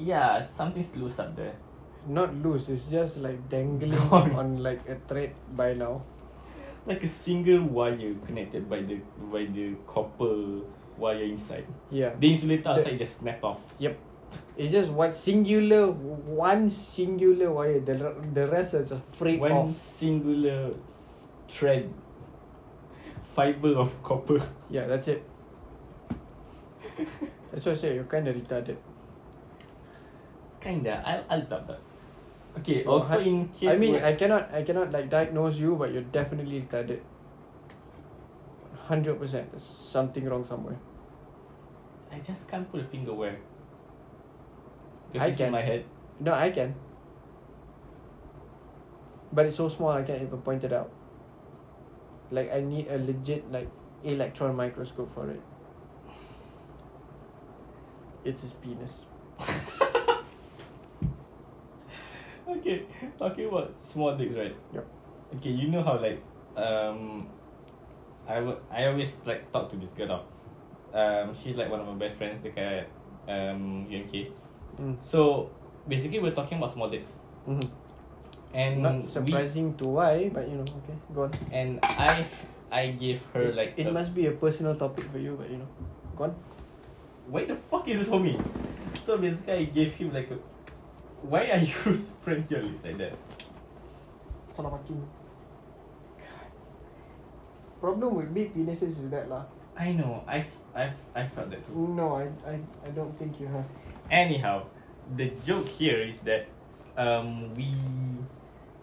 S2: yeah, something's loose up there.
S1: Not loose. It's just like dangling
S2: Gone.
S1: on like a thread by now.
S2: Like a single wire connected by the by the copper wire inside.
S1: Yeah.
S2: The insulator outside just snap off.
S1: Yep. It's just one singular, one singular wire. The r- the rest is just frayed
S2: One
S1: off.
S2: singular thread, fiber of copper.
S1: Yeah, that's it. That's why I say you're kind of retarded.
S2: Kinda. I'll I'll tap that. Okay.
S1: Well,
S2: also
S1: I-
S2: in case
S1: I mean,
S2: where-
S1: I cannot, I cannot like diagnose you, but you're definitely retarded. Hundred percent. There's something wrong somewhere.
S2: I just can't put a finger where. Because
S1: I
S2: it's
S1: can.
S2: in my head.
S1: No, I can. But it's so small, I can't even point it out. Like I need a legit like electron microscope for it. It's his penis.
S2: okay, talking about small dicks, right?
S1: Yup.
S2: Okay, you know how like um, I wa- I always like talk to this girl. Tau. Um, she's like one of my best friends dekat um UMK.
S1: Mm.
S2: So basically, we're talking about small dicks,
S1: hmm
S2: and
S1: Not
S2: we-
S1: surprising to why, but you know, okay, go on.
S2: and I I gave her
S1: It-
S2: like
S1: it,
S2: a-
S1: must be a personal topic for you, but you know, go on.
S2: Why the fuck is this for me? So basically, I gave him like a. Why are you spreading your lips like that?
S1: Salah fucking. Problem with big penises is that lah.
S2: I know. I I I felt that too.
S1: No, I, I, I don't think you have.
S2: Anyhow, the joke here is that um we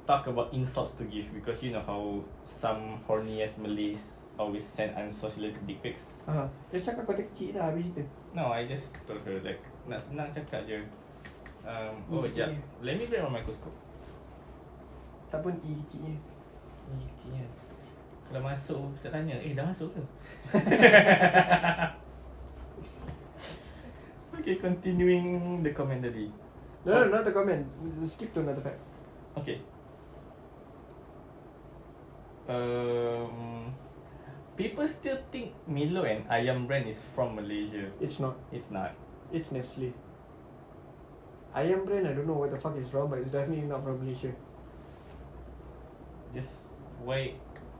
S2: talk about insults to give because you know how some horny ass Malays always send unsolicited dick pics.
S1: Uh-huh. Dia cakap kau kecil dah habis itu.
S2: No, I just told her like nak senang cakap je. Um, oh,
S1: Easy.
S2: jap. Let me grab my microscope.
S1: Tak pun E kecil je.
S2: Idiot. E Kalau masuk, saya tanya, eh dah masuk ke? okay, continuing the comment tadi.
S1: No, no, not the comment. Skip to another fact.
S2: Okay. Um, people still think Milo and Ayam brand is from Malaysia.
S1: It's not.
S2: It's not.
S1: It's Nestle. Ayam brand, I don't know what the fuck is wrong, but it's definitely not from Malaysia.
S2: Just why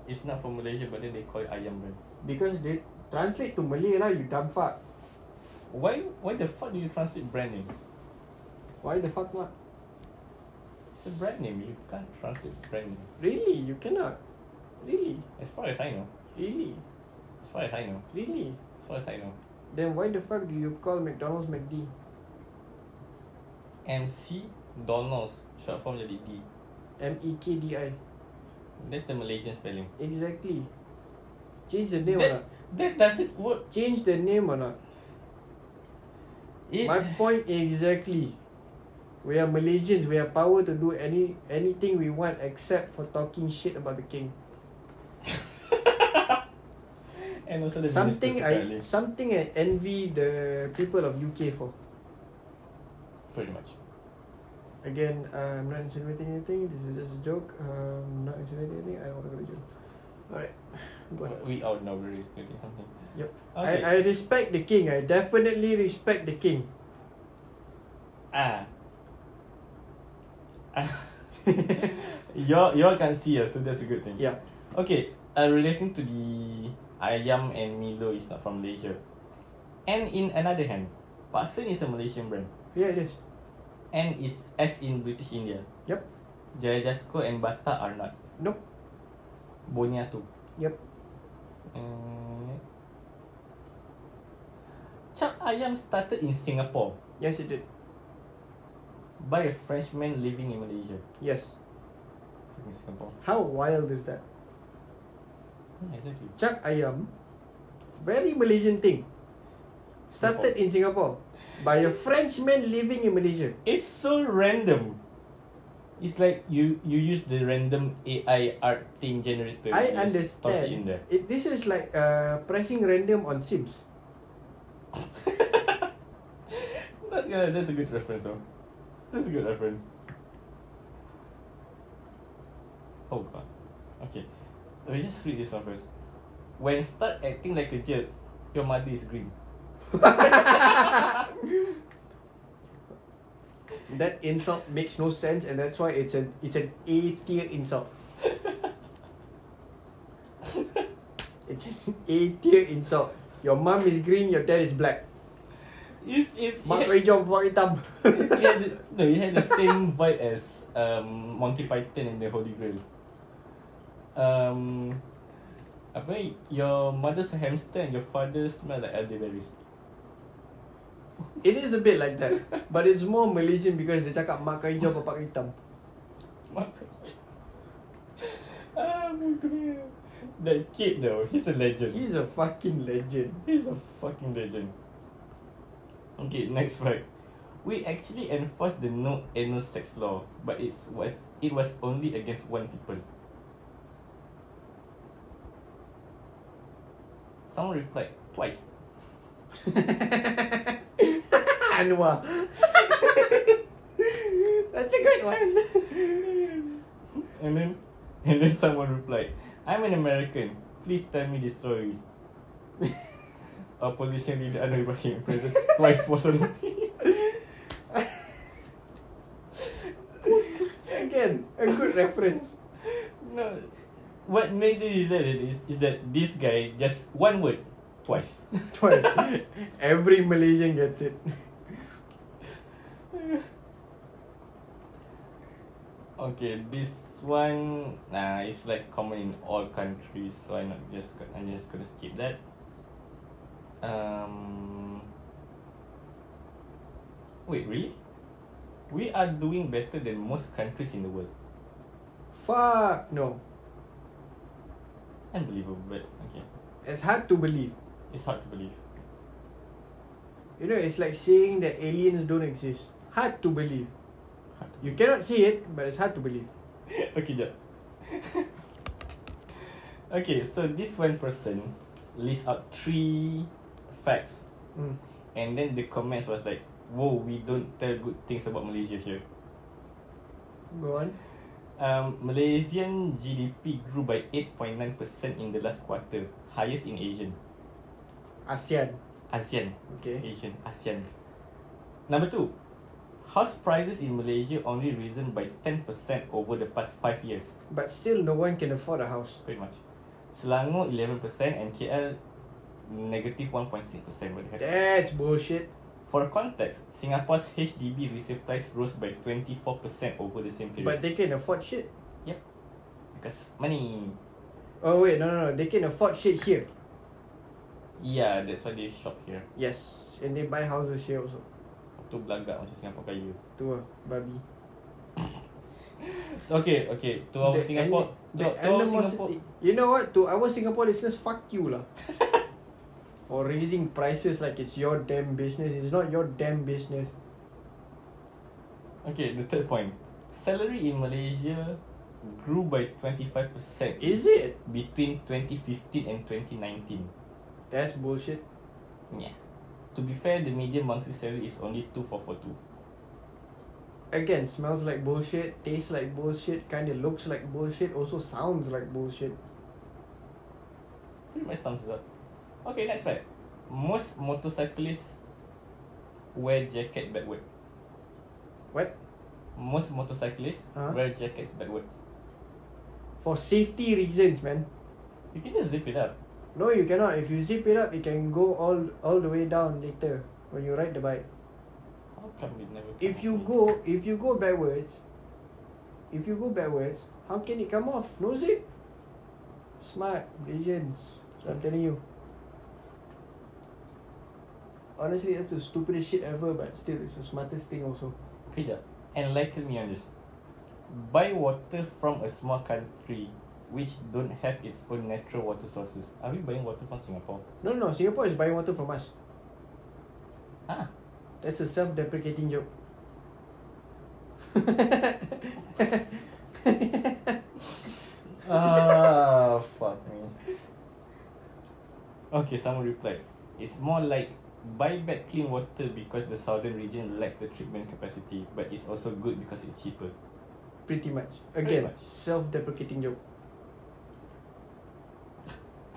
S2: it's not from Malaysia but then they call it Ayam brand.
S1: Because they translate to Malay lah, you dumb fuck.
S2: Why why the fuck do you translate brand names?
S1: Why the fuck not?
S2: It's a brand name. You can't translate brand name.
S1: Really, you cannot. Really,
S2: As far as I know.
S1: really,
S2: As far as I know.
S1: really.
S2: As far as I know.
S1: Then why the fuck do you call McDonald's McD?
S2: MC Donald's short form jadi D.
S1: M E K D I.
S2: That's the Malaysian spelling.
S1: Exactly. Change the name or
S2: That,
S1: not?
S2: that doesn't work.
S1: Change the name or not?
S2: It,
S1: My point exactly. We are Malaysians. We have power to do any anything we want except for talking shit about the king.
S2: and also the
S1: Something
S2: ministers
S1: I
S2: apparently.
S1: something I envy the people of UK for.
S2: pretty much.
S1: Again, uh, I'm not insinuating anything. This is just a joke. Um, not insinuating anything. I don't want to go to jail. All right, go on.
S2: We all know we're doing something.
S1: Yep.
S2: Okay.
S1: I, I respect the king. I definitely respect the king.
S2: ah. y'all, y'all can see us, so that's a good thing.
S1: Yeah.
S2: Okay, uh, relating to the ayam and Milo is not from Malaysia. And in another hand, Paksen is a Malaysian brand.
S1: Yeah, it is.
S2: And is as in British India.
S1: Yep.
S2: Jaya Jasko and Bata are not.
S1: Nope.
S2: Bonia tu.
S1: Yep.
S2: Mm. Chap ayam started in Singapore
S1: Yes, it did.
S2: by a Frenchman living in Malaysia.
S1: Yes.
S2: Fucking Singapore.
S1: How wild is that?
S2: Yeah, exactly.
S1: Chak ayam, very Malaysian thing. Started in Singapore by a Frenchman living in Malaysia.
S2: It's so random. It's like you you use the random AI art thing generator.
S1: I
S2: You just Toss it
S1: understand.
S2: in there.
S1: It, this is like uh, pressing random on Sims.
S2: that's gonna, that's a good reference though. That's a good reference. Oh god. Okay. Let me just read this one first. When start acting like a jerk, your mother is green.
S1: That insult makes no sense, and that's why it's an it's an A tier insult. It's an A tier insult. Your mum is green, your dad is black.
S2: It's it's
S1: Mak kau
S2: it
S1: hijau, bapak hitam.
S2: had, it had the, no, it had the same vibe as um, Monty Python and the Holy Grail. Um, apa ni? Your mother's a hamster and your father smell like elderberries.
S1: It is a bit like that, but it's more Malaysian because dia cakap mak kau hijau, bapak kau hitam.
S2: Ah, bodohnya. That kid though, he's a legend.
S1: He's a fucking legend.
S2: He's a fucking legend. Okay, next fact. We actually enforced the no anal sex law, but it's was it was only against one people. Someone replied twice.
S3: Anwar.
S1: That's a good one.
S2: and then and then someone replied, I'm an American. Please tell me the story. Opposition leader Anwar Ibrahim presses twice for Sodomy.
S1: Again, a good reference.
S2: No. What made it is that it is, is that this guy just one word twice.
S1: Twice. Every Malaysian gets it.
S2: okay, this one nah it's like common in all countries, so I'm not just go- I'm just gonna skip that. Um Wait, really? We are doing better than most countries in the world.
S1: Fuck no.
S2: Unbelievable, but okay.
S1: It's hard to believe.
S2: It's hard to believe.
S1: You know, it's like saying that aliens don't exist. Hard to believe.
S2: Hard to
S1: You cannot see it, but it's hard to believe.
S2: okay, jap. okay, so this one person lists out three facts,
S1: Mm.
S2: and then the comments was like, "Whoa, we don't tell good things about Malaysia here."
S1: Go on.
S2: Um, Malaysian GDP grew by eight point nine percent in the last quarter, highest in Asian,
S1: ASEAN.
S2: ASEAN,
S1: Okay.
S2: Asian, ASEAN. Number two, house prices in Malaysia only risen by ten percent over the past five years.
S1: But still, no one can afford a house.
S2: Pretty much. Selangor 11% and KL negative 1.6%. What the heck?
S1: That's bullshit.
S2: For context, Singapore's HDB resale price rose by 24% over the same period.
S1: But they can afford shit.
S2: yep. Because money.
S1: Oh, wait, no, no, no. They can afford shit here.
S2: Yeah, that's why they shop here.
S1: Yes. And they buy houses here also. uh,
S2: Tu belagak macam Singapore kaya.
S1: Tua, babi.
S2: Okay, okay. To our
S1: The
S2: Singapore...
S1: ani-
S2: To,
S1: the
S2: to our Singapore...
S1: animosity. You know what? To our Singapore listeners, fuck you lah. For raising prices like it's your damn business. It's not your damn business.
S2: Okay, the third point. Salary in Malaysia grew by 25%
S1: Is it?
S2: between 2015 and 2019.
S1: That's bullshit.
S2: Yeah. To be fair, the median monthly salary is only two four four two.
S1: Again, smells like bullshit, tastes like bullshit, kinda looks like bullshit, also sounds like bullshit.
S2: Pretty much sums it up. Okay, next fact. Most motorcyclists wear jacket backward.
S1: What?
S2: Most motorcyclists
S1: Huh?
S2: wear jackets backwards.
S1: For safety reasons, man.
S2: You can just zip it up.
S1: No, you cannot. If you zip it up, it can go all all the way down later when you ride the bike.
S2: How come it never? come
S1: If
S2: off
S1: you
S2: me?
S1: go, if you go backwards, if you go backwards, how can it come off? No zip. Smart Asians. So I'm telling you. Honestly, that's the stupidest shit ever, but still, it's the smartest thing also.
S2: Okay, jap. Enlighten me on this. Buy water from a small country which don't have its own natural water sources. Are we buying water from Singapore?
S1: No, no, Singapore is buying water from us.
S2: Ah,
S1: That's a self-deprecating joke.
S2: Ah, fuck me. Okay, someone replied. It's more like buy back clean water because the southern region lacks the treatment capacity, but it's also good because it's cheaper.
S1: Pretty much.
S2: Pretty
S1: Again,
S2: much.
S1: self-deprecating joke.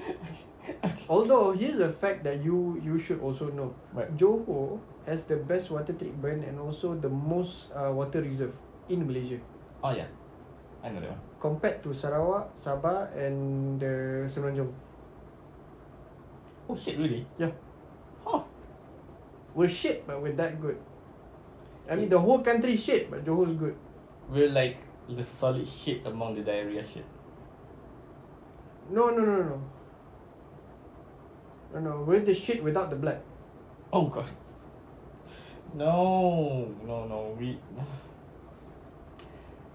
S2: okay.
S1: Although here's a fact that you you should also know.
S2: Right.
S1: Johor has the best water treatment and also the most uh, water reserve in Malaysia
S2: Oh yeah, I know that one.
S1: compared to Sarawak, Sabah, and the Semenanjung.
S2: Oh shit, really?
S1: Yeah.
S2: Huh.
S1: We're shit, but we're that good. I mean, the whole country shit, but Johor's good.
S2: We're like the solid shit among the diarrhea shit.
S1: No, no, no, no. No, no, we're the shit without the blood.
S2: Oh god. No, no, no. We.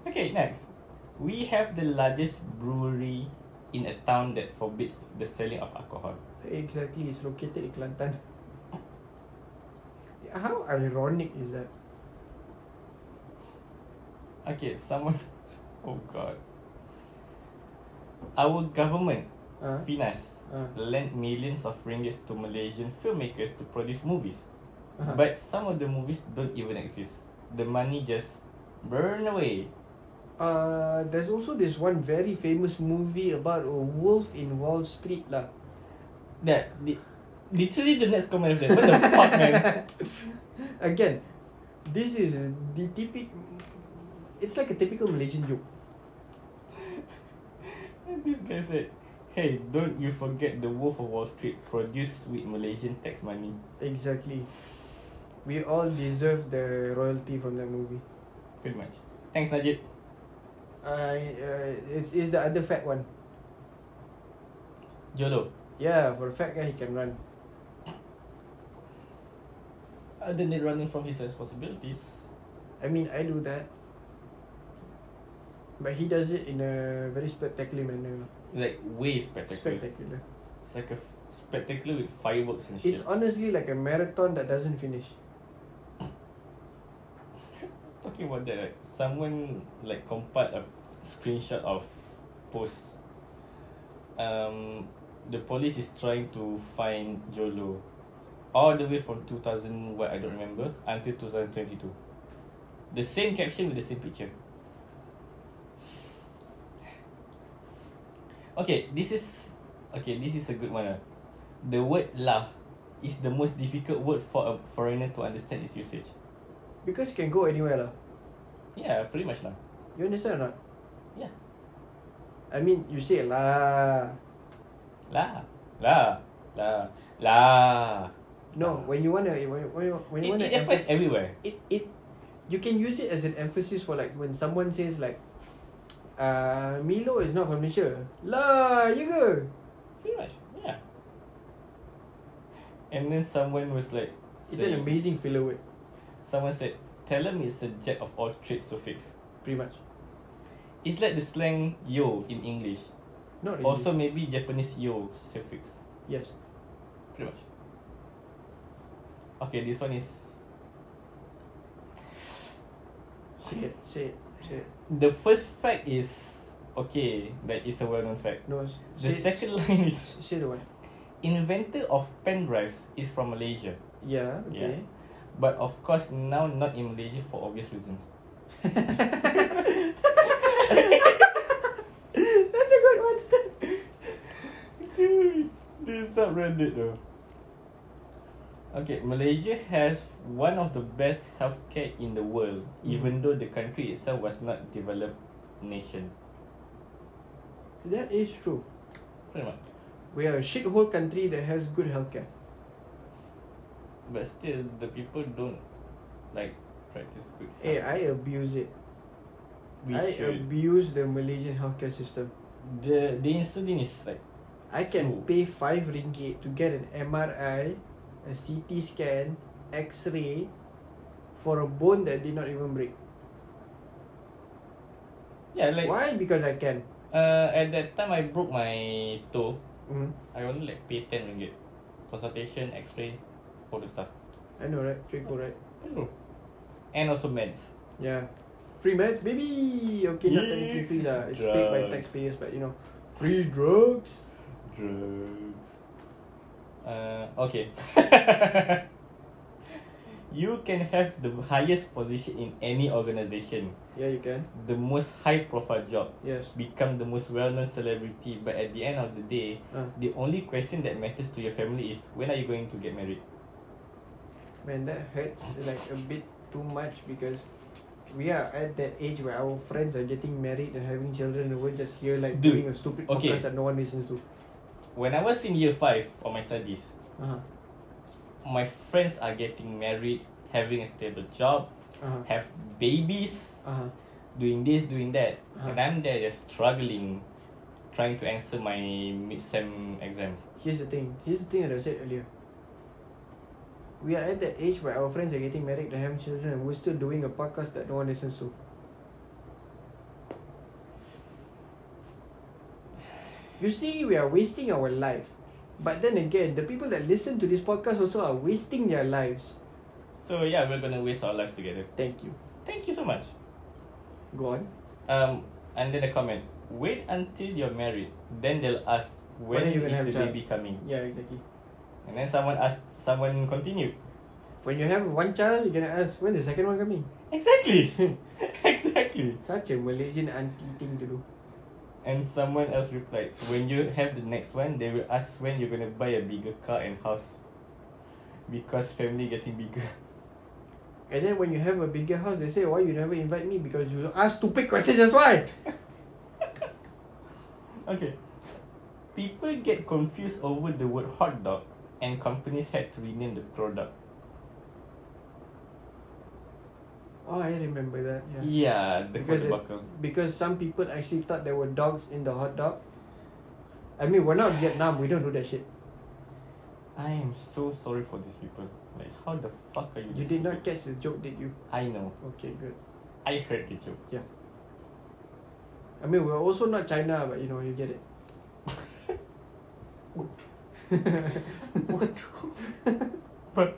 S2: Okay, next. We have the largest brewery in a town that forbids the selling of alcohol.
S1: Exactly, it's located in Kelantan. How ironic is that?
S2: Okay, someone. Oh god. Our government
S1: Huh?
S2: Pinas
S3: Uh,
S2: lent millions of ringgits to Malaysian filmmakers to produce movies.
S3: uh-huh.
S2: But some of the movies don't even exist. The money just burn away.
S1: Uh, there's also this one very famous movie about a wolf in Wall Street lah.
S2: That li- literally the next comment of that. What the fuck, man?
S1: Again, this is the typical. It's like a typical Malaysian joke.
S2: And this guy said, "Hey, don't you forget the Wolf of Wall Street produced with Malaysian tax money."
S1: Exactly. We all deserve the royalty from that movie.
S2: Pretty much. Thanks, Najib.
S1: I uh, it's, it's the other fat one.
S2: Jolo.
S1: Yeah, for a fat guy he can run.
S2: Other than running from his responsibilities,
S1: I mean I do that. But he does it in a very spectacular manner.
S2: like way spectacular.
S1: Spectacular.
S2: It's like a f- spectacular with fireworks and shit.
S1: It's honestly like a marathon that doesn't finish.
S2: Talking about that, right? someone like compiled a screenshot of post. Um, the police is trying to find Jolo, all the way from two thousand what I don't remember until two thousand twenty two. The same caption with the same picture. Okay, this is okay. This is a good one. ah. The word "lah" is the most difficult word for a foreigner to understand its usage.
S1: Because you can go anywhere lah.
S2: Yeah, pretty much lah.
S1: You understand or not?
S2: Yeah.
S1: I mean you say lah.
S2: La, la, la, la.
S1: No, when you wanna when you, when you, when you
S2: It,
S1: wanna
S2: it applies everywhere.
S1: it it you can use it as an emphasis for like when someone says like uh Milo is not from Malaysia. Lah, you ke?
S2: Pretty much, yeah. And then someone was like,
S1: It's an
S2: saying-
S1: amazing filler word,
S2: someone said, Talem is a jack of all trades suffix.
S1: pretty much.
S2: It's like the slang yo in English.
S1: Not really.
S2: Also, maybe Japanese yo suffix.
S1: yes.
S2: Pretty much. Okay, this one is
S1: Say it, say it, say it.
S2: the first fact is okay. That is a well-known fact.
S1: No. s-
S2: The
S1: say,
S2: second line is
S1: s- say the one.
S2: inventor of pen drives is from Malaysia.
S1: Yeah. Okay.
S2: Yes. But of course now not in Malaysia for obvious reasons.
S1: That's a good one.
S2: Dude, this subreddit though. Okay, Malaysia has one of the best healthcare in the world, even though the country itself was not developed nation.
S1: That is true.
S2: Pretty much.
S1: We are a shithole country that has good healthcare.
S2: Ah. But still the people don't like practice good health.
S1: Hey, Eh, I abuse it.
S2: we
S1: I
S2: should.
S1: abuse the Malaysian healthcare system.
S2: the the insulin is like
S1: I can
S2: So-
S1: pay five ringgit to get an MRI, a CT scan, X-ray, for a bone that did not even break.
S2: yeah like
S1: Why? Because I can.
S2: uh at that time I broke my toe.
S1: Mm,
S2: I only like pay 10 ringgit. Consultation, x-ray, all the stuff.
S1: I know, right? Pretty cool, right?
S2: Hello. And also meds.
S1: Yeah. Free meds, maybe. Okay, not
S2: Yeah.
S1: technically free lah. It's paid by
S2: Drugs.
S1: taxpayers, but you know, free drugs.
S2: Drugs. Uh, okay. you can have the highest position in any organization,
S1: Yeah, you can.
S2: the most high profile job,
S1: Yes.
S2: become the most well known celebrity, but at the end of the day,
S1: Uh,
S2: the only question that matters to your family is when are you going to get married?
S1: man, that hurts like a bit too much because we are at that age where our friends are getting married and having children, and we're just here like
S2: Dude,
S1: doing a stupid
S2: okay.
S1: podcast that no one listens to.
S2: When I was in year 5 of my studies,
S1: Uh huh.
S2: my friends are getting married, having a stable job,
S1: Uh huh.
S2: have babies,
S1: Uh huh.
S2: doing this, doing that,
S1: Uh-huh.
S2: and I'm there just struggling, trying to answer my mid-sem exams.
S1: Here's the thing. Here's the thing that I said earlier. We are at that age where our friends are getting married and having children, and we're still doing a podcast that no one listens to. You see, we are wasting our life. But then again, the people that listen to this podcast also are wasting their lives.
S2: So yeah, we're gonna waste our life together.
S1: Thank you.
S2: Thank you so much.
S1: Go on.
S2: Um, and then a comment. Wait until you're married, then they'll ask,
S1: are
S2: When,
S1: you
S2: is
S1: gonna have
S2: the
S1: child?
S2: baby coming?
S1: Yeah, exactly.
S2: And then someone asked, someone continued.
S1: When you have one child, you're gonna ask, when's the second one coming?
S2: Exactly. exactly.
S1: Such a Malaysian auntie thing to do.
S2: And someone else replied, when you have the next one, they will ask when you're gonna buy a bigger car and house. Because family getting bigger.
S1: And then when you have a bigger house, they say, why you never invite me? Because you ask stupid questions, that's why.
S2: Okay. People get confused over the word hot dog and companies had to rename the product.
S1: Oh, I remember that. Yeah.
S2: Yeah, the
S1: Because
S2: hot
S1: it-
S2: buckle.
S1: Because some people actually thought there were dogs in the hot dog. I mean, we're not Vietnam. We don't do that shit.
S2: I am so sorry for these people. Like, how the fuck are you
S1: You
S2: this
S1: did not
S2: stupid?
S1: catch the joke, did you?
S2: I know.
S1: Okay, good.
S2: I heard the joke.
S1: I mean, we're also not China, but you know, you get it.
S2: But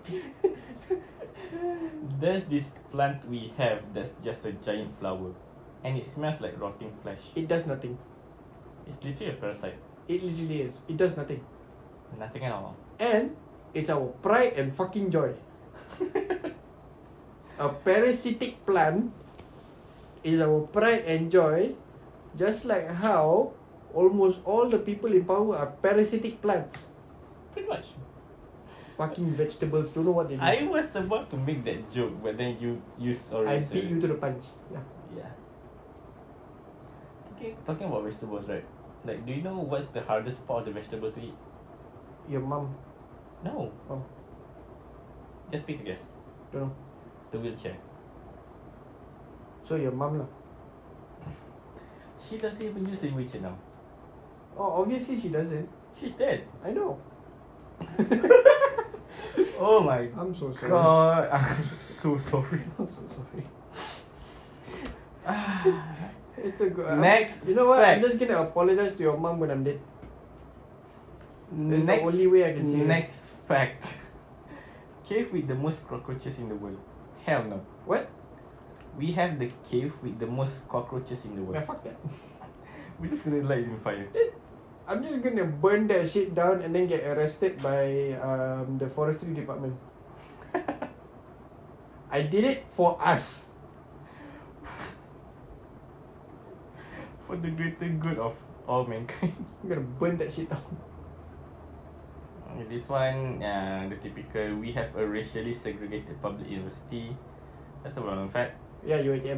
S2: there's this plant we have that's just a giant flower. And it smells like rotting flesh.
S1: it does nothing.
S2: It's literally a parasite.
S1: It literally is. It does nothing.
S2: Nothing at all.
S1: And it's our pride and fucking joy. A parasitic plant is our pride and joy, just like how almost all the people in power are parasitic plants.
S2: Pretty much.
S1: Fucking vegetables, don't know what they do.
S2: I was about to make that joke, but then you you
S1: I
S2: already.
S1: beat you to the punch. Yeah.
S2: Yeah. Okay, talking about vegetables, right? Like, do you know what's the hardest part of the vegetable to eat?
S1: Your mum,
S2: No.
S1: Oh.
S2: Just pick a guess.
S1: don't know.
S2: The wheelchair.
S1: So your mum lah.
S2: She doesn't even use a wheelchair now.
S1: Oh, obviously she doesn't.
S2: She's dead.
S1: I know.
S2: oh my
S1: I'm so sorry.
S2: god. I'm so sorry.
S1: I'm so sorry. It's a good. I'm-
S2: Next
S1: You know what? I'm
S2: fact.
S1: just gonna apologize to your mum when I'm dead. That's
S2: next,
S1: the only way I can say it.
S2: Next fact. Cave with the most cockroaches in the world. Hell no.
S1: What?
S2: We have the cave with the most cockroaches in the
S1: Man,
S2: world.
S1: fuck that.
S2: We're just gonna light it on fire.
S1: I'm just gonna burn that shit down and then get arrested by um, the forestry department. I did it for us.
S2: For the greater good of all mankind.
S1: I'm gonna burn that shit down.
S2: Okay, This one, uh, the typical, we have a racially segregated public university. That's a well-known fact.
S1: Yeah, UATM.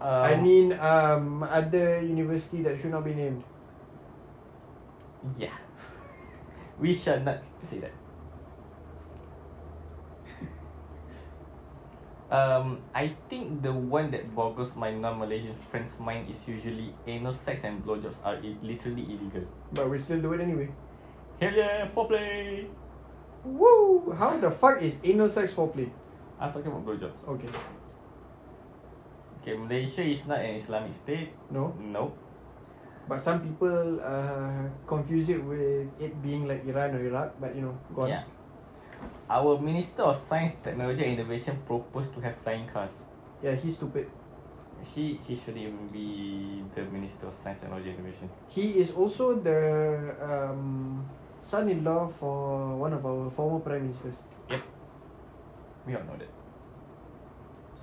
S2: Um,
S1: I mean, um, other university that should not be named.
S2: Yeah. we shall not say that. Um, I think the one that boggles my non-Malaysian friends' mind is usually anal sex and blowjobs are I- literally illegal.
S1: But we still do it anyway.
S2: Hell yeah, foreplay!
S1: Woo! How the fuck is anal sex foreplay?
S2: I'm talking about blowjobs.
S1: Okay.
S2: Okay, Malaysia is not an Islamic state.
S1: No?
S2: Nope.
S1: But some people uh, confuse it with it being like Iran or Iraq, but you know, go on.
S2: Yeah. Our Minister of Science, Technology and Innovation proposed to have flying cars.
S1: Yeah, he's stupid.
S2: He, he shouldn't even be the Minister of Science, Technology and Innovation.
S1: He is also the um, son in law for one of our former prime ministers.
S2: We all know that.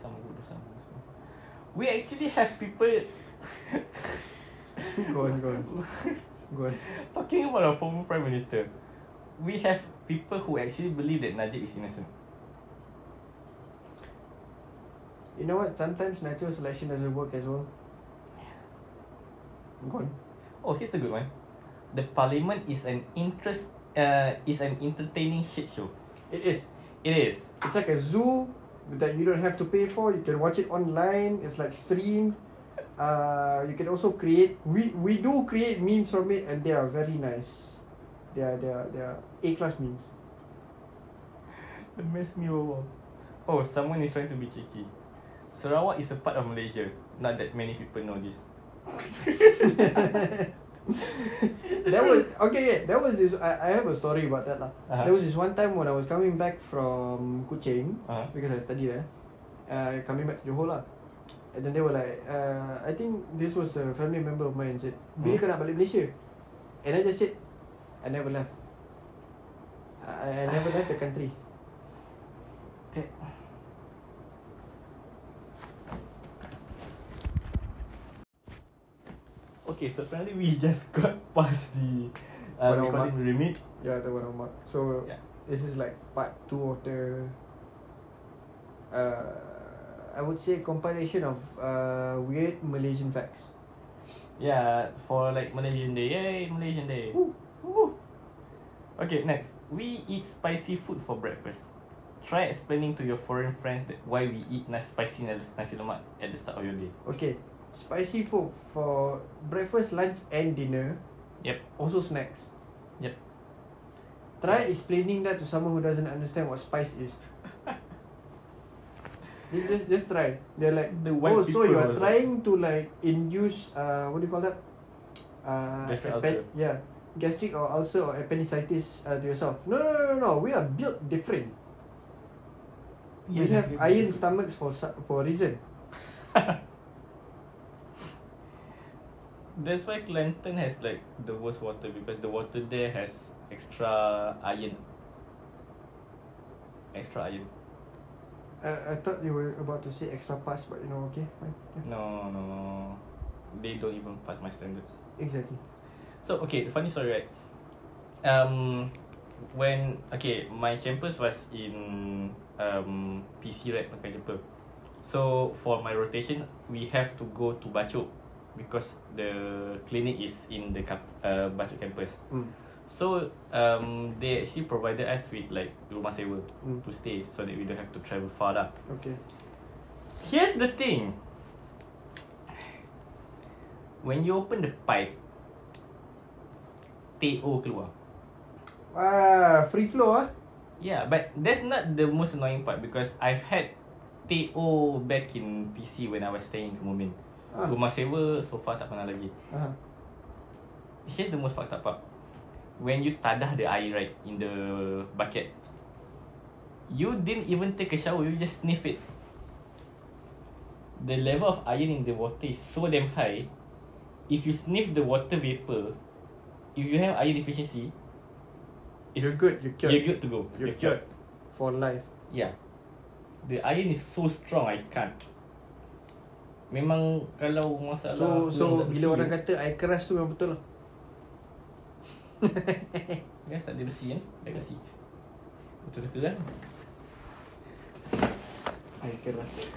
S2: Some good, some good. some good. We actually have people
S1: Go on, go on. Go on.
S2: talking about our former prime minister. We have people who actually believe that Najib is innocent.
S1: You know what? Sometimes natural selection doesn't work as well. Go on.
S2: Oh, here's a good one. The parliament is an interest uh, is an entertaining shit show.
S1: It is.
S2: It is.
S1: It's like a zoo that you don't have to pay for. You can watch it online. It's like streamed. Uh, you can also create. We we do create memes from it, and they are very nice. They are they are they are A class memes.
S2: It messed me over. Oh, someone is trying to be cheeky. Sarawak is a part of Malaysia. Not that many people know this.
S1: that was okay. Yeah, that was this. I, I have a story about that lah.
S2: Uh-huh.
S1: There was this one time when I was coming back from Kuching
S2: Uh-huh.
S1: because I studied there. Uh, coming back to Johor lah. And then they were like, uh, I think this was a family member of mine said, bila
S2: Hmm.
S1: kau nak balik Malaysia? And I just said, I never left. I, I never left the country.
S2: That- Okay, so apparently we just got past the uh,
S1: One hour
S2: recording
S1: mark.
S2: limit.
S1: Yeah, the one on mark. So
S2: Yeah.
S1: this is like part two of the. Uh, I would say compilation of uh, weird Malaysian facts.
S2: Yeah, for like Malaysian Day. Yay, Malaysian Day. Woo. Okay, next. We eat spicy food for breakfast. Try explaining to your foreign friends that why we eat nas spicy nas- nasi lemak at the start of your day.
S1: Okay, spicy food for breakfast, lunch, and dinner.
S2: Yep.
S1: Also snacks.
S2: Yep.
S1: Try explaining that to someone who doesn't understand what spice is. Just- just just try. They're like,
S2: The
S1: oh,
S2: white
S1: so
S2: people
S1: you are
S2: was
S1: trying to like induce uh what do you call that? Uh,
S2: Gastric ulcer.
S1: Yeah, gastric or ulcer or appendicitis uh, to yourself. No, no, no, no, no. We are built different. we have iron stomachs for su- for a reason.
S2: That's why Clanton has like the worst water because the water there has extra iron. Extra iron.
S1: Uh, I thought you were about to say extra pass, but you know, okay, fine. Yeah.
S2: No, no, no. They don't even pass my standards.
S1: Exactly.
S2: So okay, funny story right. Um, when okay, my campus was in um PC right, pakai jumpa. So for my rotation, we have to go to Bachok because the clinic is in the cap- uh, Bachok campus.
S1: Mm.
S2: So um they actually provided us with like rumah sewa
S1: Mm.
S2: to stay so that we don't have to travel far lah.
S1: Okay.
S2: Here's the thing. When you open the pipe, TO keluar.
S1: Ah, free flow ah.
S2: Yeah, but that's not the most annoying part because I've had TO back in PC when I was staying in Kemumin.
S1: Ah.
S2: Rumah sewa so far tak pernah lagi.
S1: Uh-huh.
S2: Here's the most fucked up part. When you tadah the air right in the bucket, you didn't even take a shower, you just sniff it. The level of iron in the water is so damn high. If you sniff the water vapor, if you have iron deficiency, it's-
S1: You're good. You're cured.
S2: You're good to go.
S1: You're cured. For life.
S2: Yeah. The iron is so strong I can't. Memang kalau masalah
S1: So so
S2: masalah
S1: bila
S2: besi,
S1: orang kata air keras tu memang betul lah.
S2: Yes, tak ada besi kan? Tak ada besi. Betul tak kan?
S1: air keras.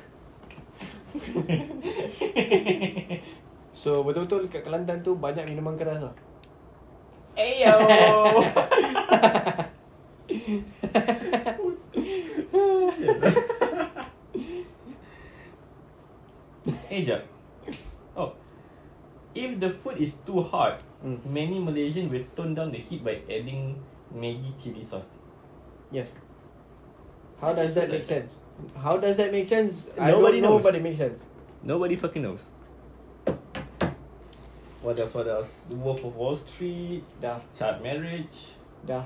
S1: So betul-betul kat Kelantan tu banyak minuman keras lah.
S2: Ayo. eh jap. Oh. If the food is too hot,
S1: Mm.
S2: many Malaysian will tone down the heat by adding Maggi chili sauce.
S1: Yes. How does that make sense? How does that make sense? I
S2: Nobody
S1: don't know,
S2: knows.
S1: but it makes sense.
S2: Nobody fucking knows. What else? What else? The Wolf of Wall Street,
S1: Dah,
S2: child marriage.
S1: dah.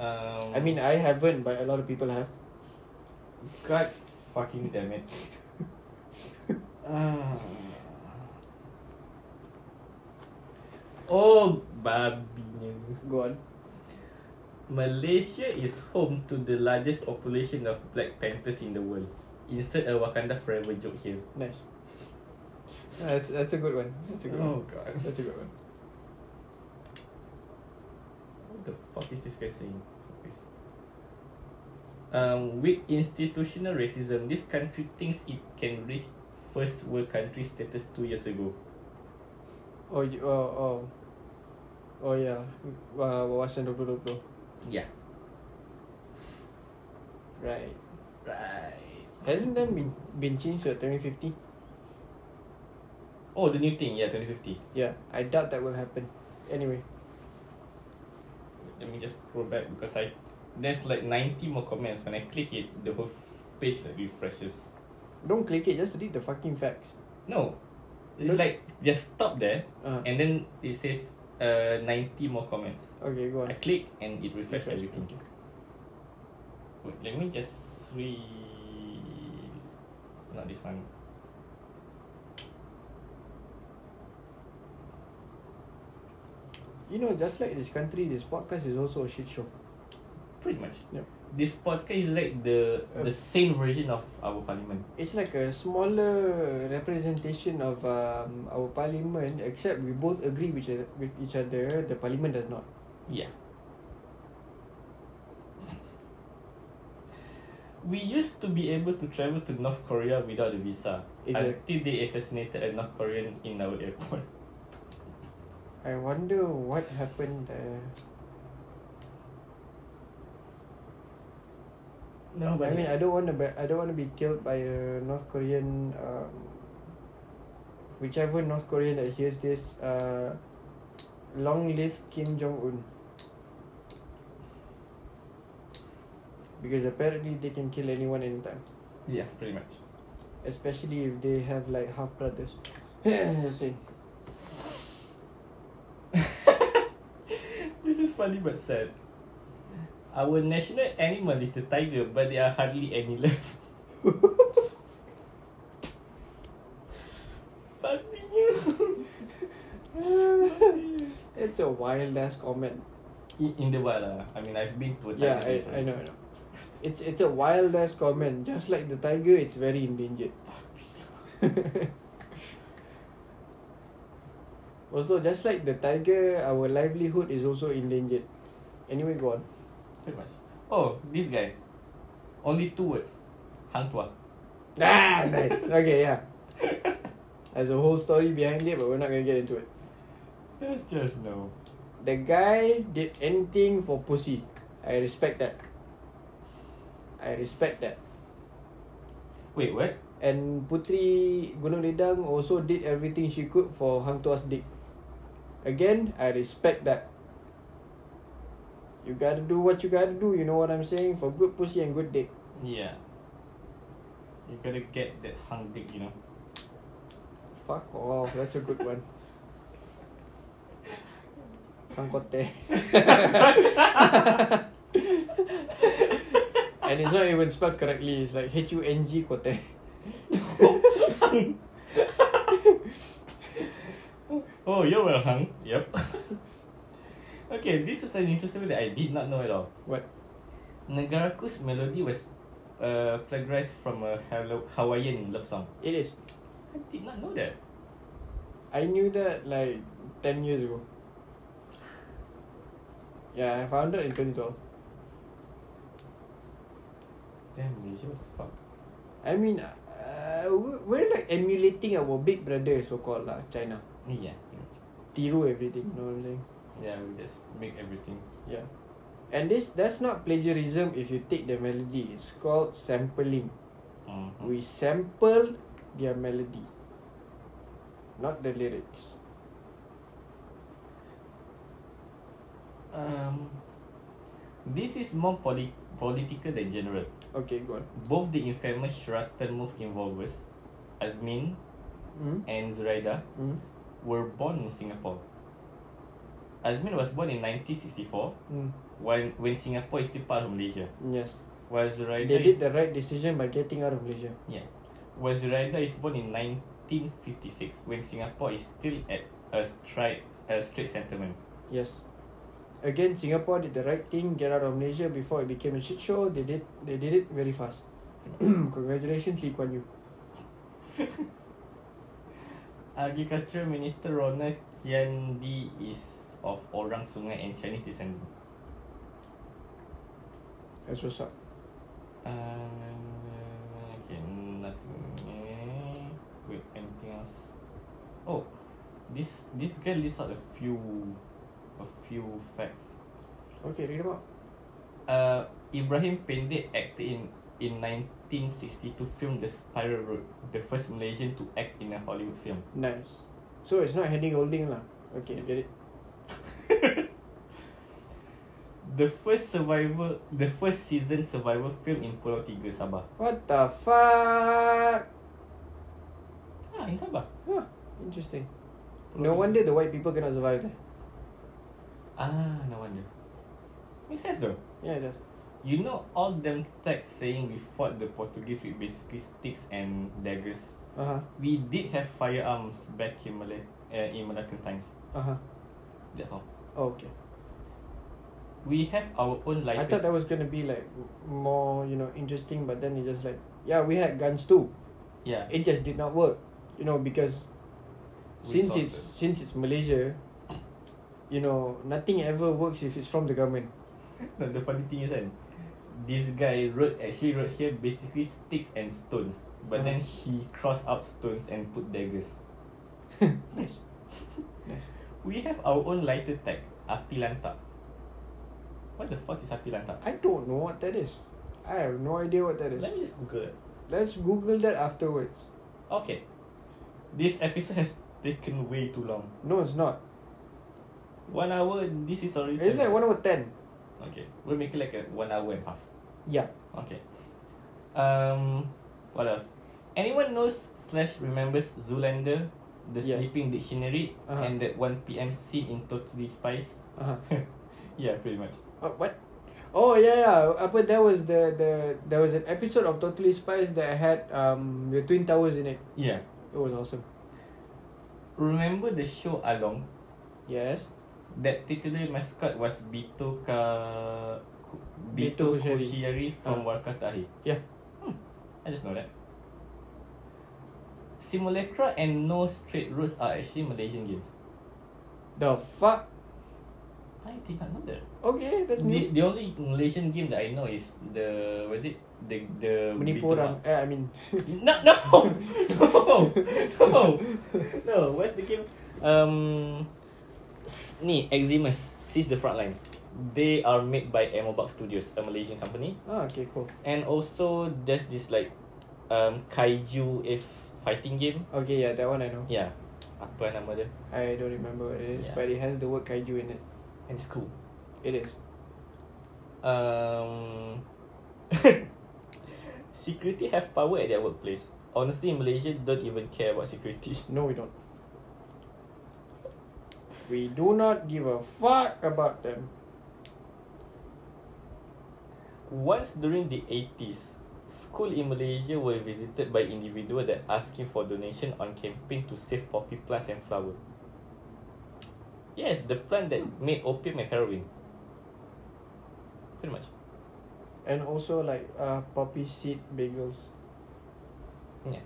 S2: Um,
S1: I mean, I haven't, but a lot of people have.
S2: God fucking damn it. Ah. oh, babinya.
S1: Go on.
S2: Malaysia is home to the largest population of Black Panthers in the world. Insert a Wakanda Forever joke here.
S1: Nice. Yeah, that's, that's a good one. That's a good one.
S2: god.
S1: That's a good one.
S2: What the fuck is this guy saying? Fuck this. Um, with institutional racism, this country thinks it can reach first world country status two years ago.
S1: Oh, you, oh, oh. Oh yeah, uh, wawasan 2020.
S2: Yeah.
S1: Right.
S2: Right.
S1: Hasn't that been, been changed to 2050?
S2: Oh, the new thing, yeah, 2050.
S1: Yeah, I doubt that will happen. Anyway,
S2: Let me just scroll back because I there's like 90 more comments. When I click it, the whole page like refreshes.
S1: don't click it. Just read the fucking facts.
S2: No, it's
S1: No.
S2: like just stop there,
S1: Uh,
S2: and then it says uh 90 more comments.
S1: okay, go on.
S2: I click and it refresh
S1: Refresh,
S2: everything.
S1: okay.
S2: Wait, let me just re. Not this one.
S1: You know, just like this country, this podcast is also a shit show.
S2: Pretty much.
S1: Yep.
S2: This podcast is like the the same version of our parliament.
S1: It's like a smaller representation of um, our parliament, except we both agree with each, with each other. The parliament does not.
S2: Yeah. We used to be able to travel to North Korea without a visa
S1: Exact-
S2: until they assassinated a North Korean in our airport.
S1: I wonder what happened there.
S2: No,
S1: I mean, I don't want to be, I don't want to be killed by a North Korean, um, whichever North Korean that hears this. Uh, long live Kim Jong Un. Because apparently they can kill anyone anytime,
S2: Yeah, pretty much.
S1: especially if they have like half brothers. Just saying.
S2: This is funny but sad. Our national animal is the tiger, but there are hardly any left. Babinya.
S1: It's a wild ass comment.
S2: in, in the wild lah. I mean, I've been to a
S1: Yeah,
S2: tiger.
S1: I, I know, I know. It's it's a wild ass comment. Just like the tiger, it's very endangered. also, just like the tiger, our livelihood is also endangered. Anyway, go on.
S2: Pretty much. Oh, this guy. Only two words. Hang Tua.
S1: Ah, nice. Okay, yeah. There's a whole story behind it, but we're not gonna get into it.
S2: That's just no.
S1: The guy did anything for pussy. I respect that. I respect that.
S2: Wait, what?
S1: And Putri Gunung Redang also did everything she could for Hang Tua's dick. Again, I respect that. You gotta do what you gotta do, you know what I'm saying? For good pussy and good dick.
S2: Yeah. You gotta get that hang dick, you know.
S1: Fuck off, that's a good one. Hang Kote. and it's not even spelled correctly, it's like H U N G Kote.
S2: oh, you're well hung. Yep. okay, this is an interesting one that I did not know at all.
S1: What?
S2: Negaraku's melody was uh, plagiarized from a Halo- Hawaiian love song.
S1: It is.
S2: I did not know that.
S1: I knew that like 10 years ago. Yeah, I found it in 2012.
S2: Damn, Malaysia, what the fuck?
S1: I mean, uh, we- we're like emulating our big brother, so called lah, China.
S2: Yeah.
S1: Tiru everything, you know what I'm saying?
S2: Yeah, we just make everything.
S1: Yeah. And this that's not plagiarism if you take the melody. It's called sampling.
S2: Mm-hmm.
S1: We sample their melody, not the lyrics.
S2: Um, this is more poli- political than general.
S1: Okay, go on.
S2: Both the infamous Sheraton move involvers, Azmin
S1: Mm?
S2: and Zuraida,
S1: Mm?
S2: were born in Singapore. Azmin was born in 1964
S1: Mm.
S2: when, when Singapore is still part of Malaysia.
S1: Yes.
S2: While Zuraida,
S1: They did
S2: is,
S1: the right decision by getting out of Malaysia.
S2: yeah, while Zuraida is born in 1956 when Singapore is still at a straight, a straight settlement.
S1: Yes. Again, Singapore did the right thing, get out of Malaysia before it became a shit show. They did they did it very fast. Congratulations, Lee Kuan Yew.
S2: Agriculture Minister Ronald Kiandi is of Orang Sungai and Chinese descent.
S1: That's what's up.
S2: Uh, okay, nothing. eh. Wait, anything else? Oh, this this guy lists out a few, a few facts.
S1: Okay, read them out.
S2: Uh, Ibrahim Pendek acted in in 1962 film The Spiral Road, the first Malaysian to act in a Hollywood film.
S1: Nice. So it's not heading holding lah. Okay,
S2: Yep.
S1: get it.
S2: The first survival, the first season survival film in Pulau Tiga Sabah.
S1: What the fuck?
S2: Ah, in Sabah.
S1: Huh, interesting.
S2: Pulau
S1: No
S2: Tiga.
S1: wonder the white people cannot survive there.
S2: Ah, no wonder. Makes sense though.
S1: Yeah, it does.
S2: You know all them texts saying we fought the Portuguese with basically sticks and daggers.
S1: Uh huh.
S2: We did have firearms back in Malay, uh, in Malaccan eh, times.
S1: Uh huh.
S2: That's all.
S1: Oh, okay.
S2: We have our own
S1: I
S2: lighter.
S1: thought that was gonna be like more, you know, interesting, but then it's just like, yeah, we had guns too.
S2: yeah.
S1: It just did not work, you know, because since it's
S2: Resources.
S1: since it's Malaysia, you know, nothing ever works if it's from the government.
S2: No, the funny thing is kan This guy wrote Actually wrote here Basically sticks and stones But then
S1: Uh-huh.
S2: he crossed out stones And put daggers
S1: nice. nice.
S2: We have our own lighter tag Api lantak What the fuck is api lantak?
S1: I don't know what that is. I have no idea what that is.
S2: Let me just google it
S1: Let's Google that afterwards.
S2: Okay This episode has taken way too long
S1: No, it's not.
S2: One hour and this is already
S1: It's like one over ten.
S2: Okay We'll make it like a one hour and half
S1: Yeah.
S2: Okay. Um, what else? Anyone knows slash remembers Zoolander, The
S1: Yes.
S2: Sleeping Dictionary,
S1: Uh-huh.
S2: and that 1 p.m. scene in Totally Spice?
S1: Uh-huh.
S2: yeah, pretty much.
S1: Uh, what? Oh yeah yeah. Apa there was the the there was an episode of Totally Spies that had um the twin towers in it.
S2: Yeah.
S1: It was awesome.
S2: Remember the show Along?
S1: Yes.
S2: That titular mascot was Bito Ka...
S1: Bito
S2: Bito
S1: Kusheri.
S2: Kushiyari from
S1: Ah.
S2: Warkatahi.
S1: Yeah.
S2: Hmm. I just know that. Simulacra and No Straight Roads are actually Malaysian games.
S1: The fuck.
S2: I did not know that.
S1: Okay, that's
S2: The,
S1: me.
S2: the only Malaysian game that I know is the what is it? The the
S1: Menipu orang.
S2: Bituma.
S1: Eh, I mean.
S2: No no no no no. What's the game? Um, s- ni Eximus seize the front line. They are made by Amobox Studios, a Malaysian company,
S1: Ah, okay, cool.
S2: and also there's this like um kaiju is fighting game.
S1: Okay, yeah, that one I know.
S2: Yeah, apa nama dia?
S1: I don't remember what it is,
S2: Yeah.
S1: but it has the word kaiju in it.
S2: And it's cool.
S1: It is.
S2: Um, security have power at their workplace. Honestly, in Malaysia, don't even care about security.
S1: No, we don't. We do not give a fuck about them.
S2: Once during the 80s, school in Malaysia were visited by individual that asking for donation on campaign to save poppy plants and flower. Yes, the plant that made opium and heroin. Pretty much.
S1: And also like uh poppy seed bagels.
S2: Yeah.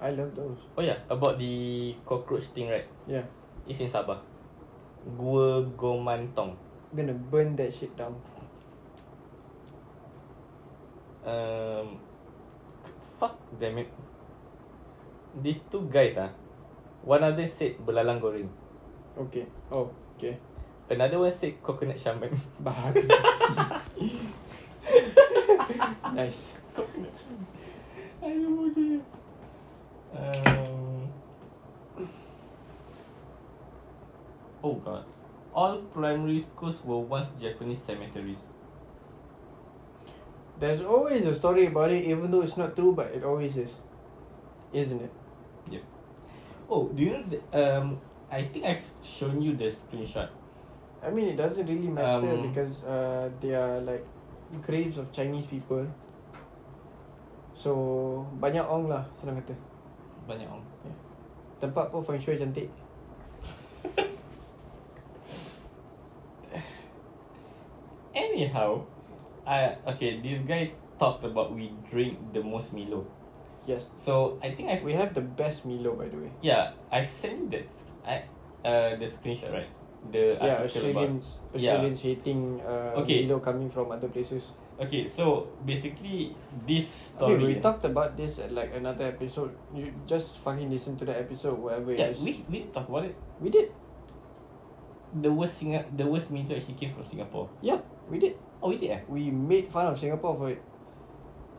S1: I love those.
S2: Oh yeah, about the cockroach thing, right?
S1: Yeah.
S2: It's in Sabah. Gua Gomantong.
S1: Gonna burn that shit down.
S2: Um, fuck damn it. These two guys ah, one of them said belalang goreng,
S1: Okay. Oh, okay.
S2: another one said coconut shaman.
S1: Bahagia. nice.
S2: I don't know dia. Um, oh god, all primary schools were once Japanese cemeteries.
S1: There's always a story about it, even though it's not true, but it always is. Isn't it?
S2: Yep. Oh, do you know? The, um, I think I've shown you the screenshot.
S1: I mean, it doesn't really matter
S2: Um,
S1: because uh, they are like graves of Chinese people. So, banyak ong lah, senang kata.
S2: Banyak orang.
S1: Tempat pun feng shui cantik.
S2: Anyhow, I okay. This guy talked about we drink the most Milo.
S1: Yes.
S2: So I think I've
S1: We have the best Milo, by the way.
S2: yeah I've sent you that sc- I uh the screenshot right the
S1: Yeah,
S2: article about
S1: Australians,
S2: Yeah.
S1: Australians hating uh,
S2: Okay.
S1: Milo coming from other places.
S2: okay so basically this
S1: Okay, we
S2: story
S1: talked about this at like another episode. You just fucking listen to the episode, whatever
S2: yeah
S1: it is.
S2: we we talked about it
S1: we did.
S2: the worst Singa- the worst Milo actually came from Singapore
S1: Yeah, we did.
S2: oh we did eh
S1: We made fun of Singapore for it.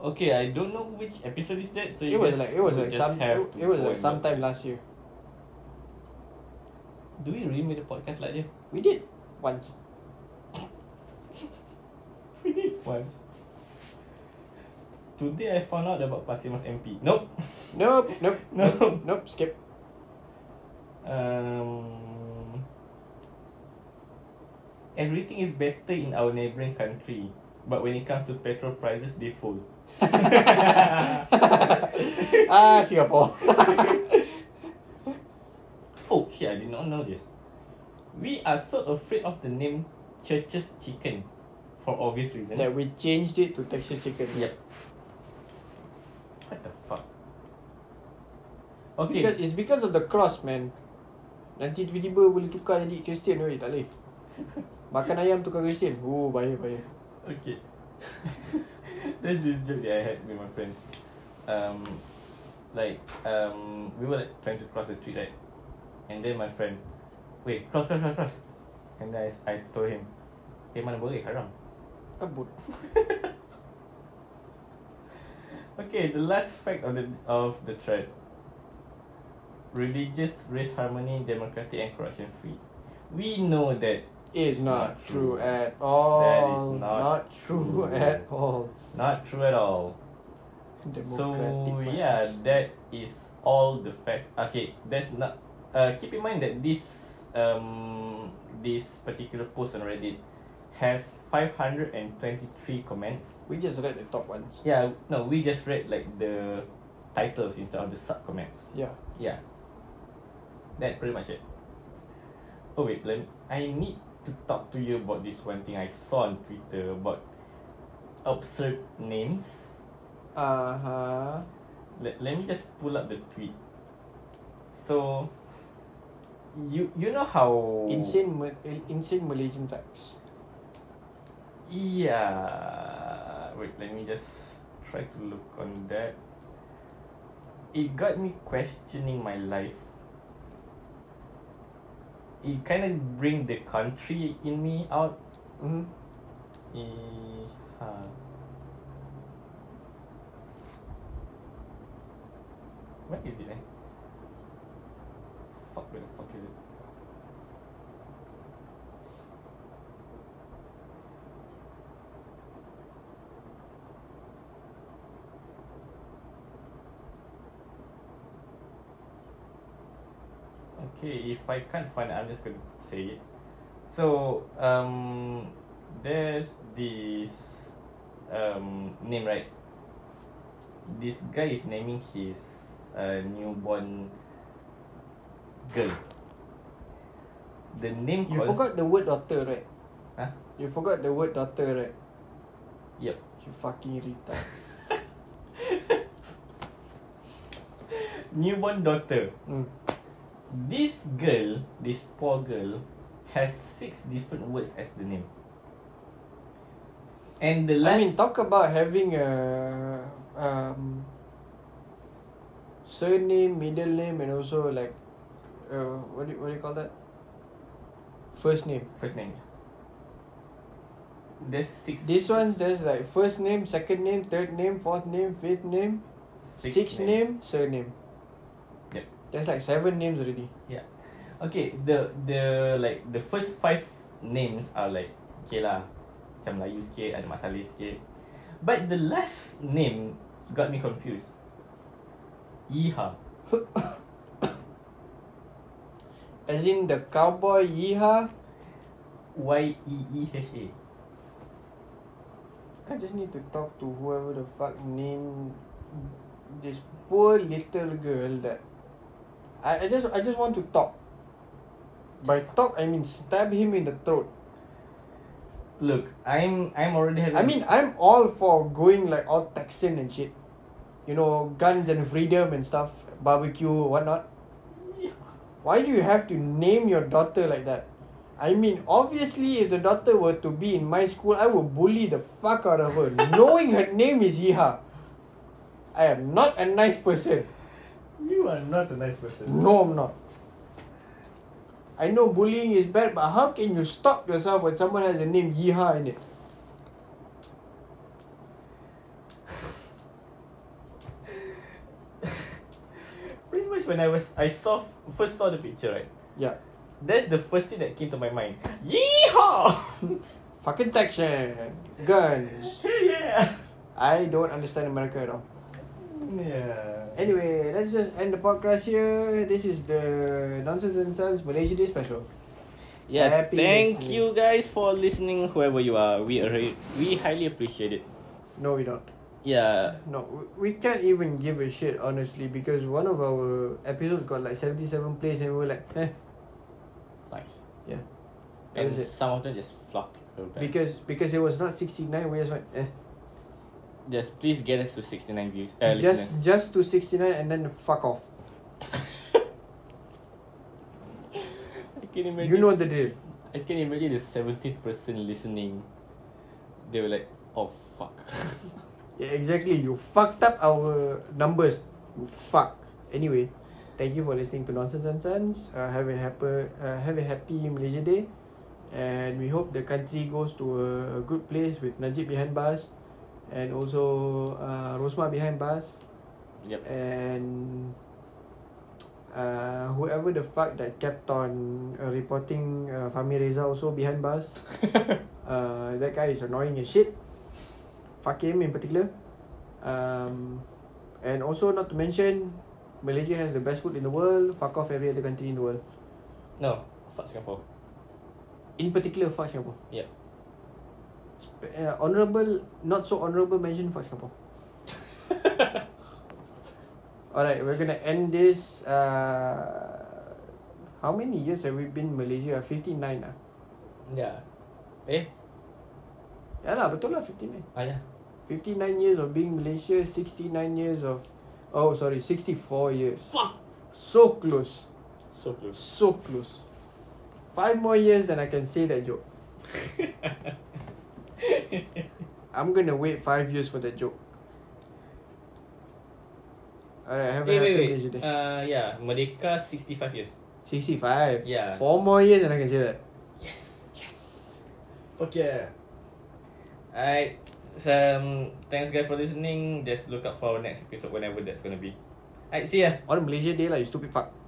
S2: okay I don't know which episode is that so
S1: It
S2: you
S1: was
S2: guys
S1: like it was
S2: will
S1: like
S2: just
S1: some
S2: have
S1: it,
S2: to
S1: it was
S2: go
S1: like
S2: and
S1: sometime
S2: look.
S1: last year.
S2: do we really make a podcast like that
S1: We did once.
S2: we did once today I found out about Pasir Mas MP nope
S1: Nope, nope,
S2: No.
S1: nope, nope. Skip.
S2: Um, everything is better in our neighboring country, but when it comes to petrol prices, they fall.
S1: ah, Singapore.
S2: oh shit! I did not know this. We are so afraid of the name Church's Chicken for obvious reasons.
S1: That we changed it to Texas chicken.
S2: Yep. What the fuck? Okay.
S1: Because, it's because of the cross, man. Nanti tiba-tiba boleh tukar jadi Christian weh, tak boleh. Makan ayam tukar Christian. Oh, bahaya, bahaya.
S2: Okay. That's this joke that I had with my friends. Um, like um, we were like, trying to cross the street, right? And then my friend, wait, cross, cross, cross, cross. And then I, s- I told him, hey, mana boleh, haram.
S1: Abut.
S2: okay, the last fact of the of the thread. Religious, race harmony, democratic, and corruption free. We know that
S1: It's not, true at all.
S2: That is not
S1: true
S2: true.
S1: at all.
S2: not true at all. so
S1: Democratic
S2: yeah,
S1: rights.
S2: that is all the facts. Okay, that's not. Uh, keep in mind that this um this particular post on Reddit has five hundred and twenty three comments.
S1: We just read the top ones.
S2: Yeah, no, we just read like the titles instead of the sub comments.
S1: Yeah.
S2: Yeah. That pretty much it. Oh wait, let I need to talk to you about this one thing I saw on Twitter about absurd names.
S1: Uh huh.
S2: let, let me just pull up the tweet. So you you know how
S1: Insane, Ma- in- insane Malaysian facts.
S2: Yeah. Wait, let me just try to look on that. It got me questioning my life. It kind of bring the country in me out. Hmm?
S1: Mm-hmm.
S2: Eh, huh. Where is it? Eh? Fuck, where the fuck is it? Okay, if I can't find it, I'm just going to say it. So, um, there's this um, name, right? This guy is naming his uh, newborn girl. The name
S1: You
S2: cons-
S1: forgot the word daughter, right?
S2: Huh?
S1: You forgot the word daughter, right?
S2: Yep.
S1: You fucking retard.
S2: Newborn daughter.
S1: Mm.
S2: This girl, this poor girl, has six different words as the name. And the
S1: I
S2: last
S1: mean, talk about having a um, surname, middle name, and also like, uh, what do you, what do you call that? First name.
S2: first name. There's six.
S1: This one's there's like first name, second name, third name, fourth name, fifth name, sixth, name. surname.
S2: Yep.
S1: There's like seven names already.
S2: Yeah. Okay, the the like the first five names are like okay lah, macam Melayu sikit, ada Mat Salleh sikit. But the last name got me confused. Iha.
S1: As in the cowboy Yeehaw.
S2: Y E E H A.
S1: I just need to talk to whoever the fuck named this poor little girl that I, I just I just want to talk. By talk I mean stab him in the throat.
S2: Look, I'm I'm already having
S1: I mean I'm all for going like all Texan and shit. You know, guns and freedom and stuff, barbecue, whatnot. Why do you have to name your daughter like that? I mean, obviously, if the daughter were to be in my school, I would bully the fuck out of her, knowing her name is Yeeha. I am not a nice person.
S2: You are not a nice person.
S1: No, I'm not. I know bullying is bad, but how can you stop yourself when someone has the name Yeeha in it?
S2: Pretty much when I was I saw first saw the picture right.
S1: Yeah.
S2: That's the first thing that came to my mind. Yeehaw!
S1: Fucking Texan. Guns.
S2: yeah.
S1: I don't understand America at all.
S2: Yeah.
S1: Anyway, let's just end the podcast here. This is the Nonsense and Sons Malaysia Day special.
S2: Yeah,
S1: Happy
S2: thank
S1: listening.
S2: you guys for listening, whoever you are. We are, we highly appreciate it.
S1: No, we don't.
S2: Yeah,
S1: No, we- we can't even give a shit honestly because one of our episodes got like seventy seven plays and we were like, eh,
S2: nice.
S1: Yeah. That
S2: And
S1: was it.
S2: some of them just flopped her back.
S1: Because because it was not sixty nine, we just went eh.
S2: just please get us to 69 views. Uh,
S1: just just to sixty nine and then fuck off.
S2: listeners. I can imagine.
S1: You know the deal.
S2: I can imagine the 17th person listening. They were like, oh fuck.
S1: Yeah, exactly. You fucked up our numbers. You fuck. Anyway, thank you for listening to Nonsense and Sons. Uh, have a happy, uh, have a happy Malaysia Day, and we hope the country goes to a, a good place with Najib behind bars, and also uh, Rosma behind bars,
S2: yep.
S1: and uh, whoever the fuck that kept on uh, reporting uh, Fahmi Reza also behind bars. Uh, that guy is annoying as shit. Fuck him in particular. Um, and also not to mention, Malaysia has the best food in the world. Fuck off every other country in the world.
S2: no, fuck Singapore.
S1: In particular, fuck Singapore.
S2: Yep.
S1: Sp- Uh, honorable, not so honorable mention fuck Singapore. Alright, we're gonna end this. Uh, how many years have we been in Malaysia? 59 ah.
S2: yeah. Eh?
S1: Ya lah, betul lah 59.
S2: Ah, yeah.
S1: 59 years of being Malaysia, 69 years of. Oh, sorry, 64 years.
S2: Fuck!
S1: So close.
S2: So close.
S1: So close. Five more years, then I can say that joke. I'm gonna wait five years for that joke. Alright, have a
S2: Eh,
S1: happy
S2: wait,
S1: Malaysia Day.
S2: wait. Uh, yeah, Merdeka 65 years.
S1: 65.
S2: Yeah.
S1: Four more years, and I can say that.
S2: Yes.
S1: Yes.
S2: Fuck yeah. Alright. So, um, thanks guys for listening. Just look out for our next episode whenever that's gonna be. Alright, see ya.
S1: On Malaysia Day, like you stupid fuck.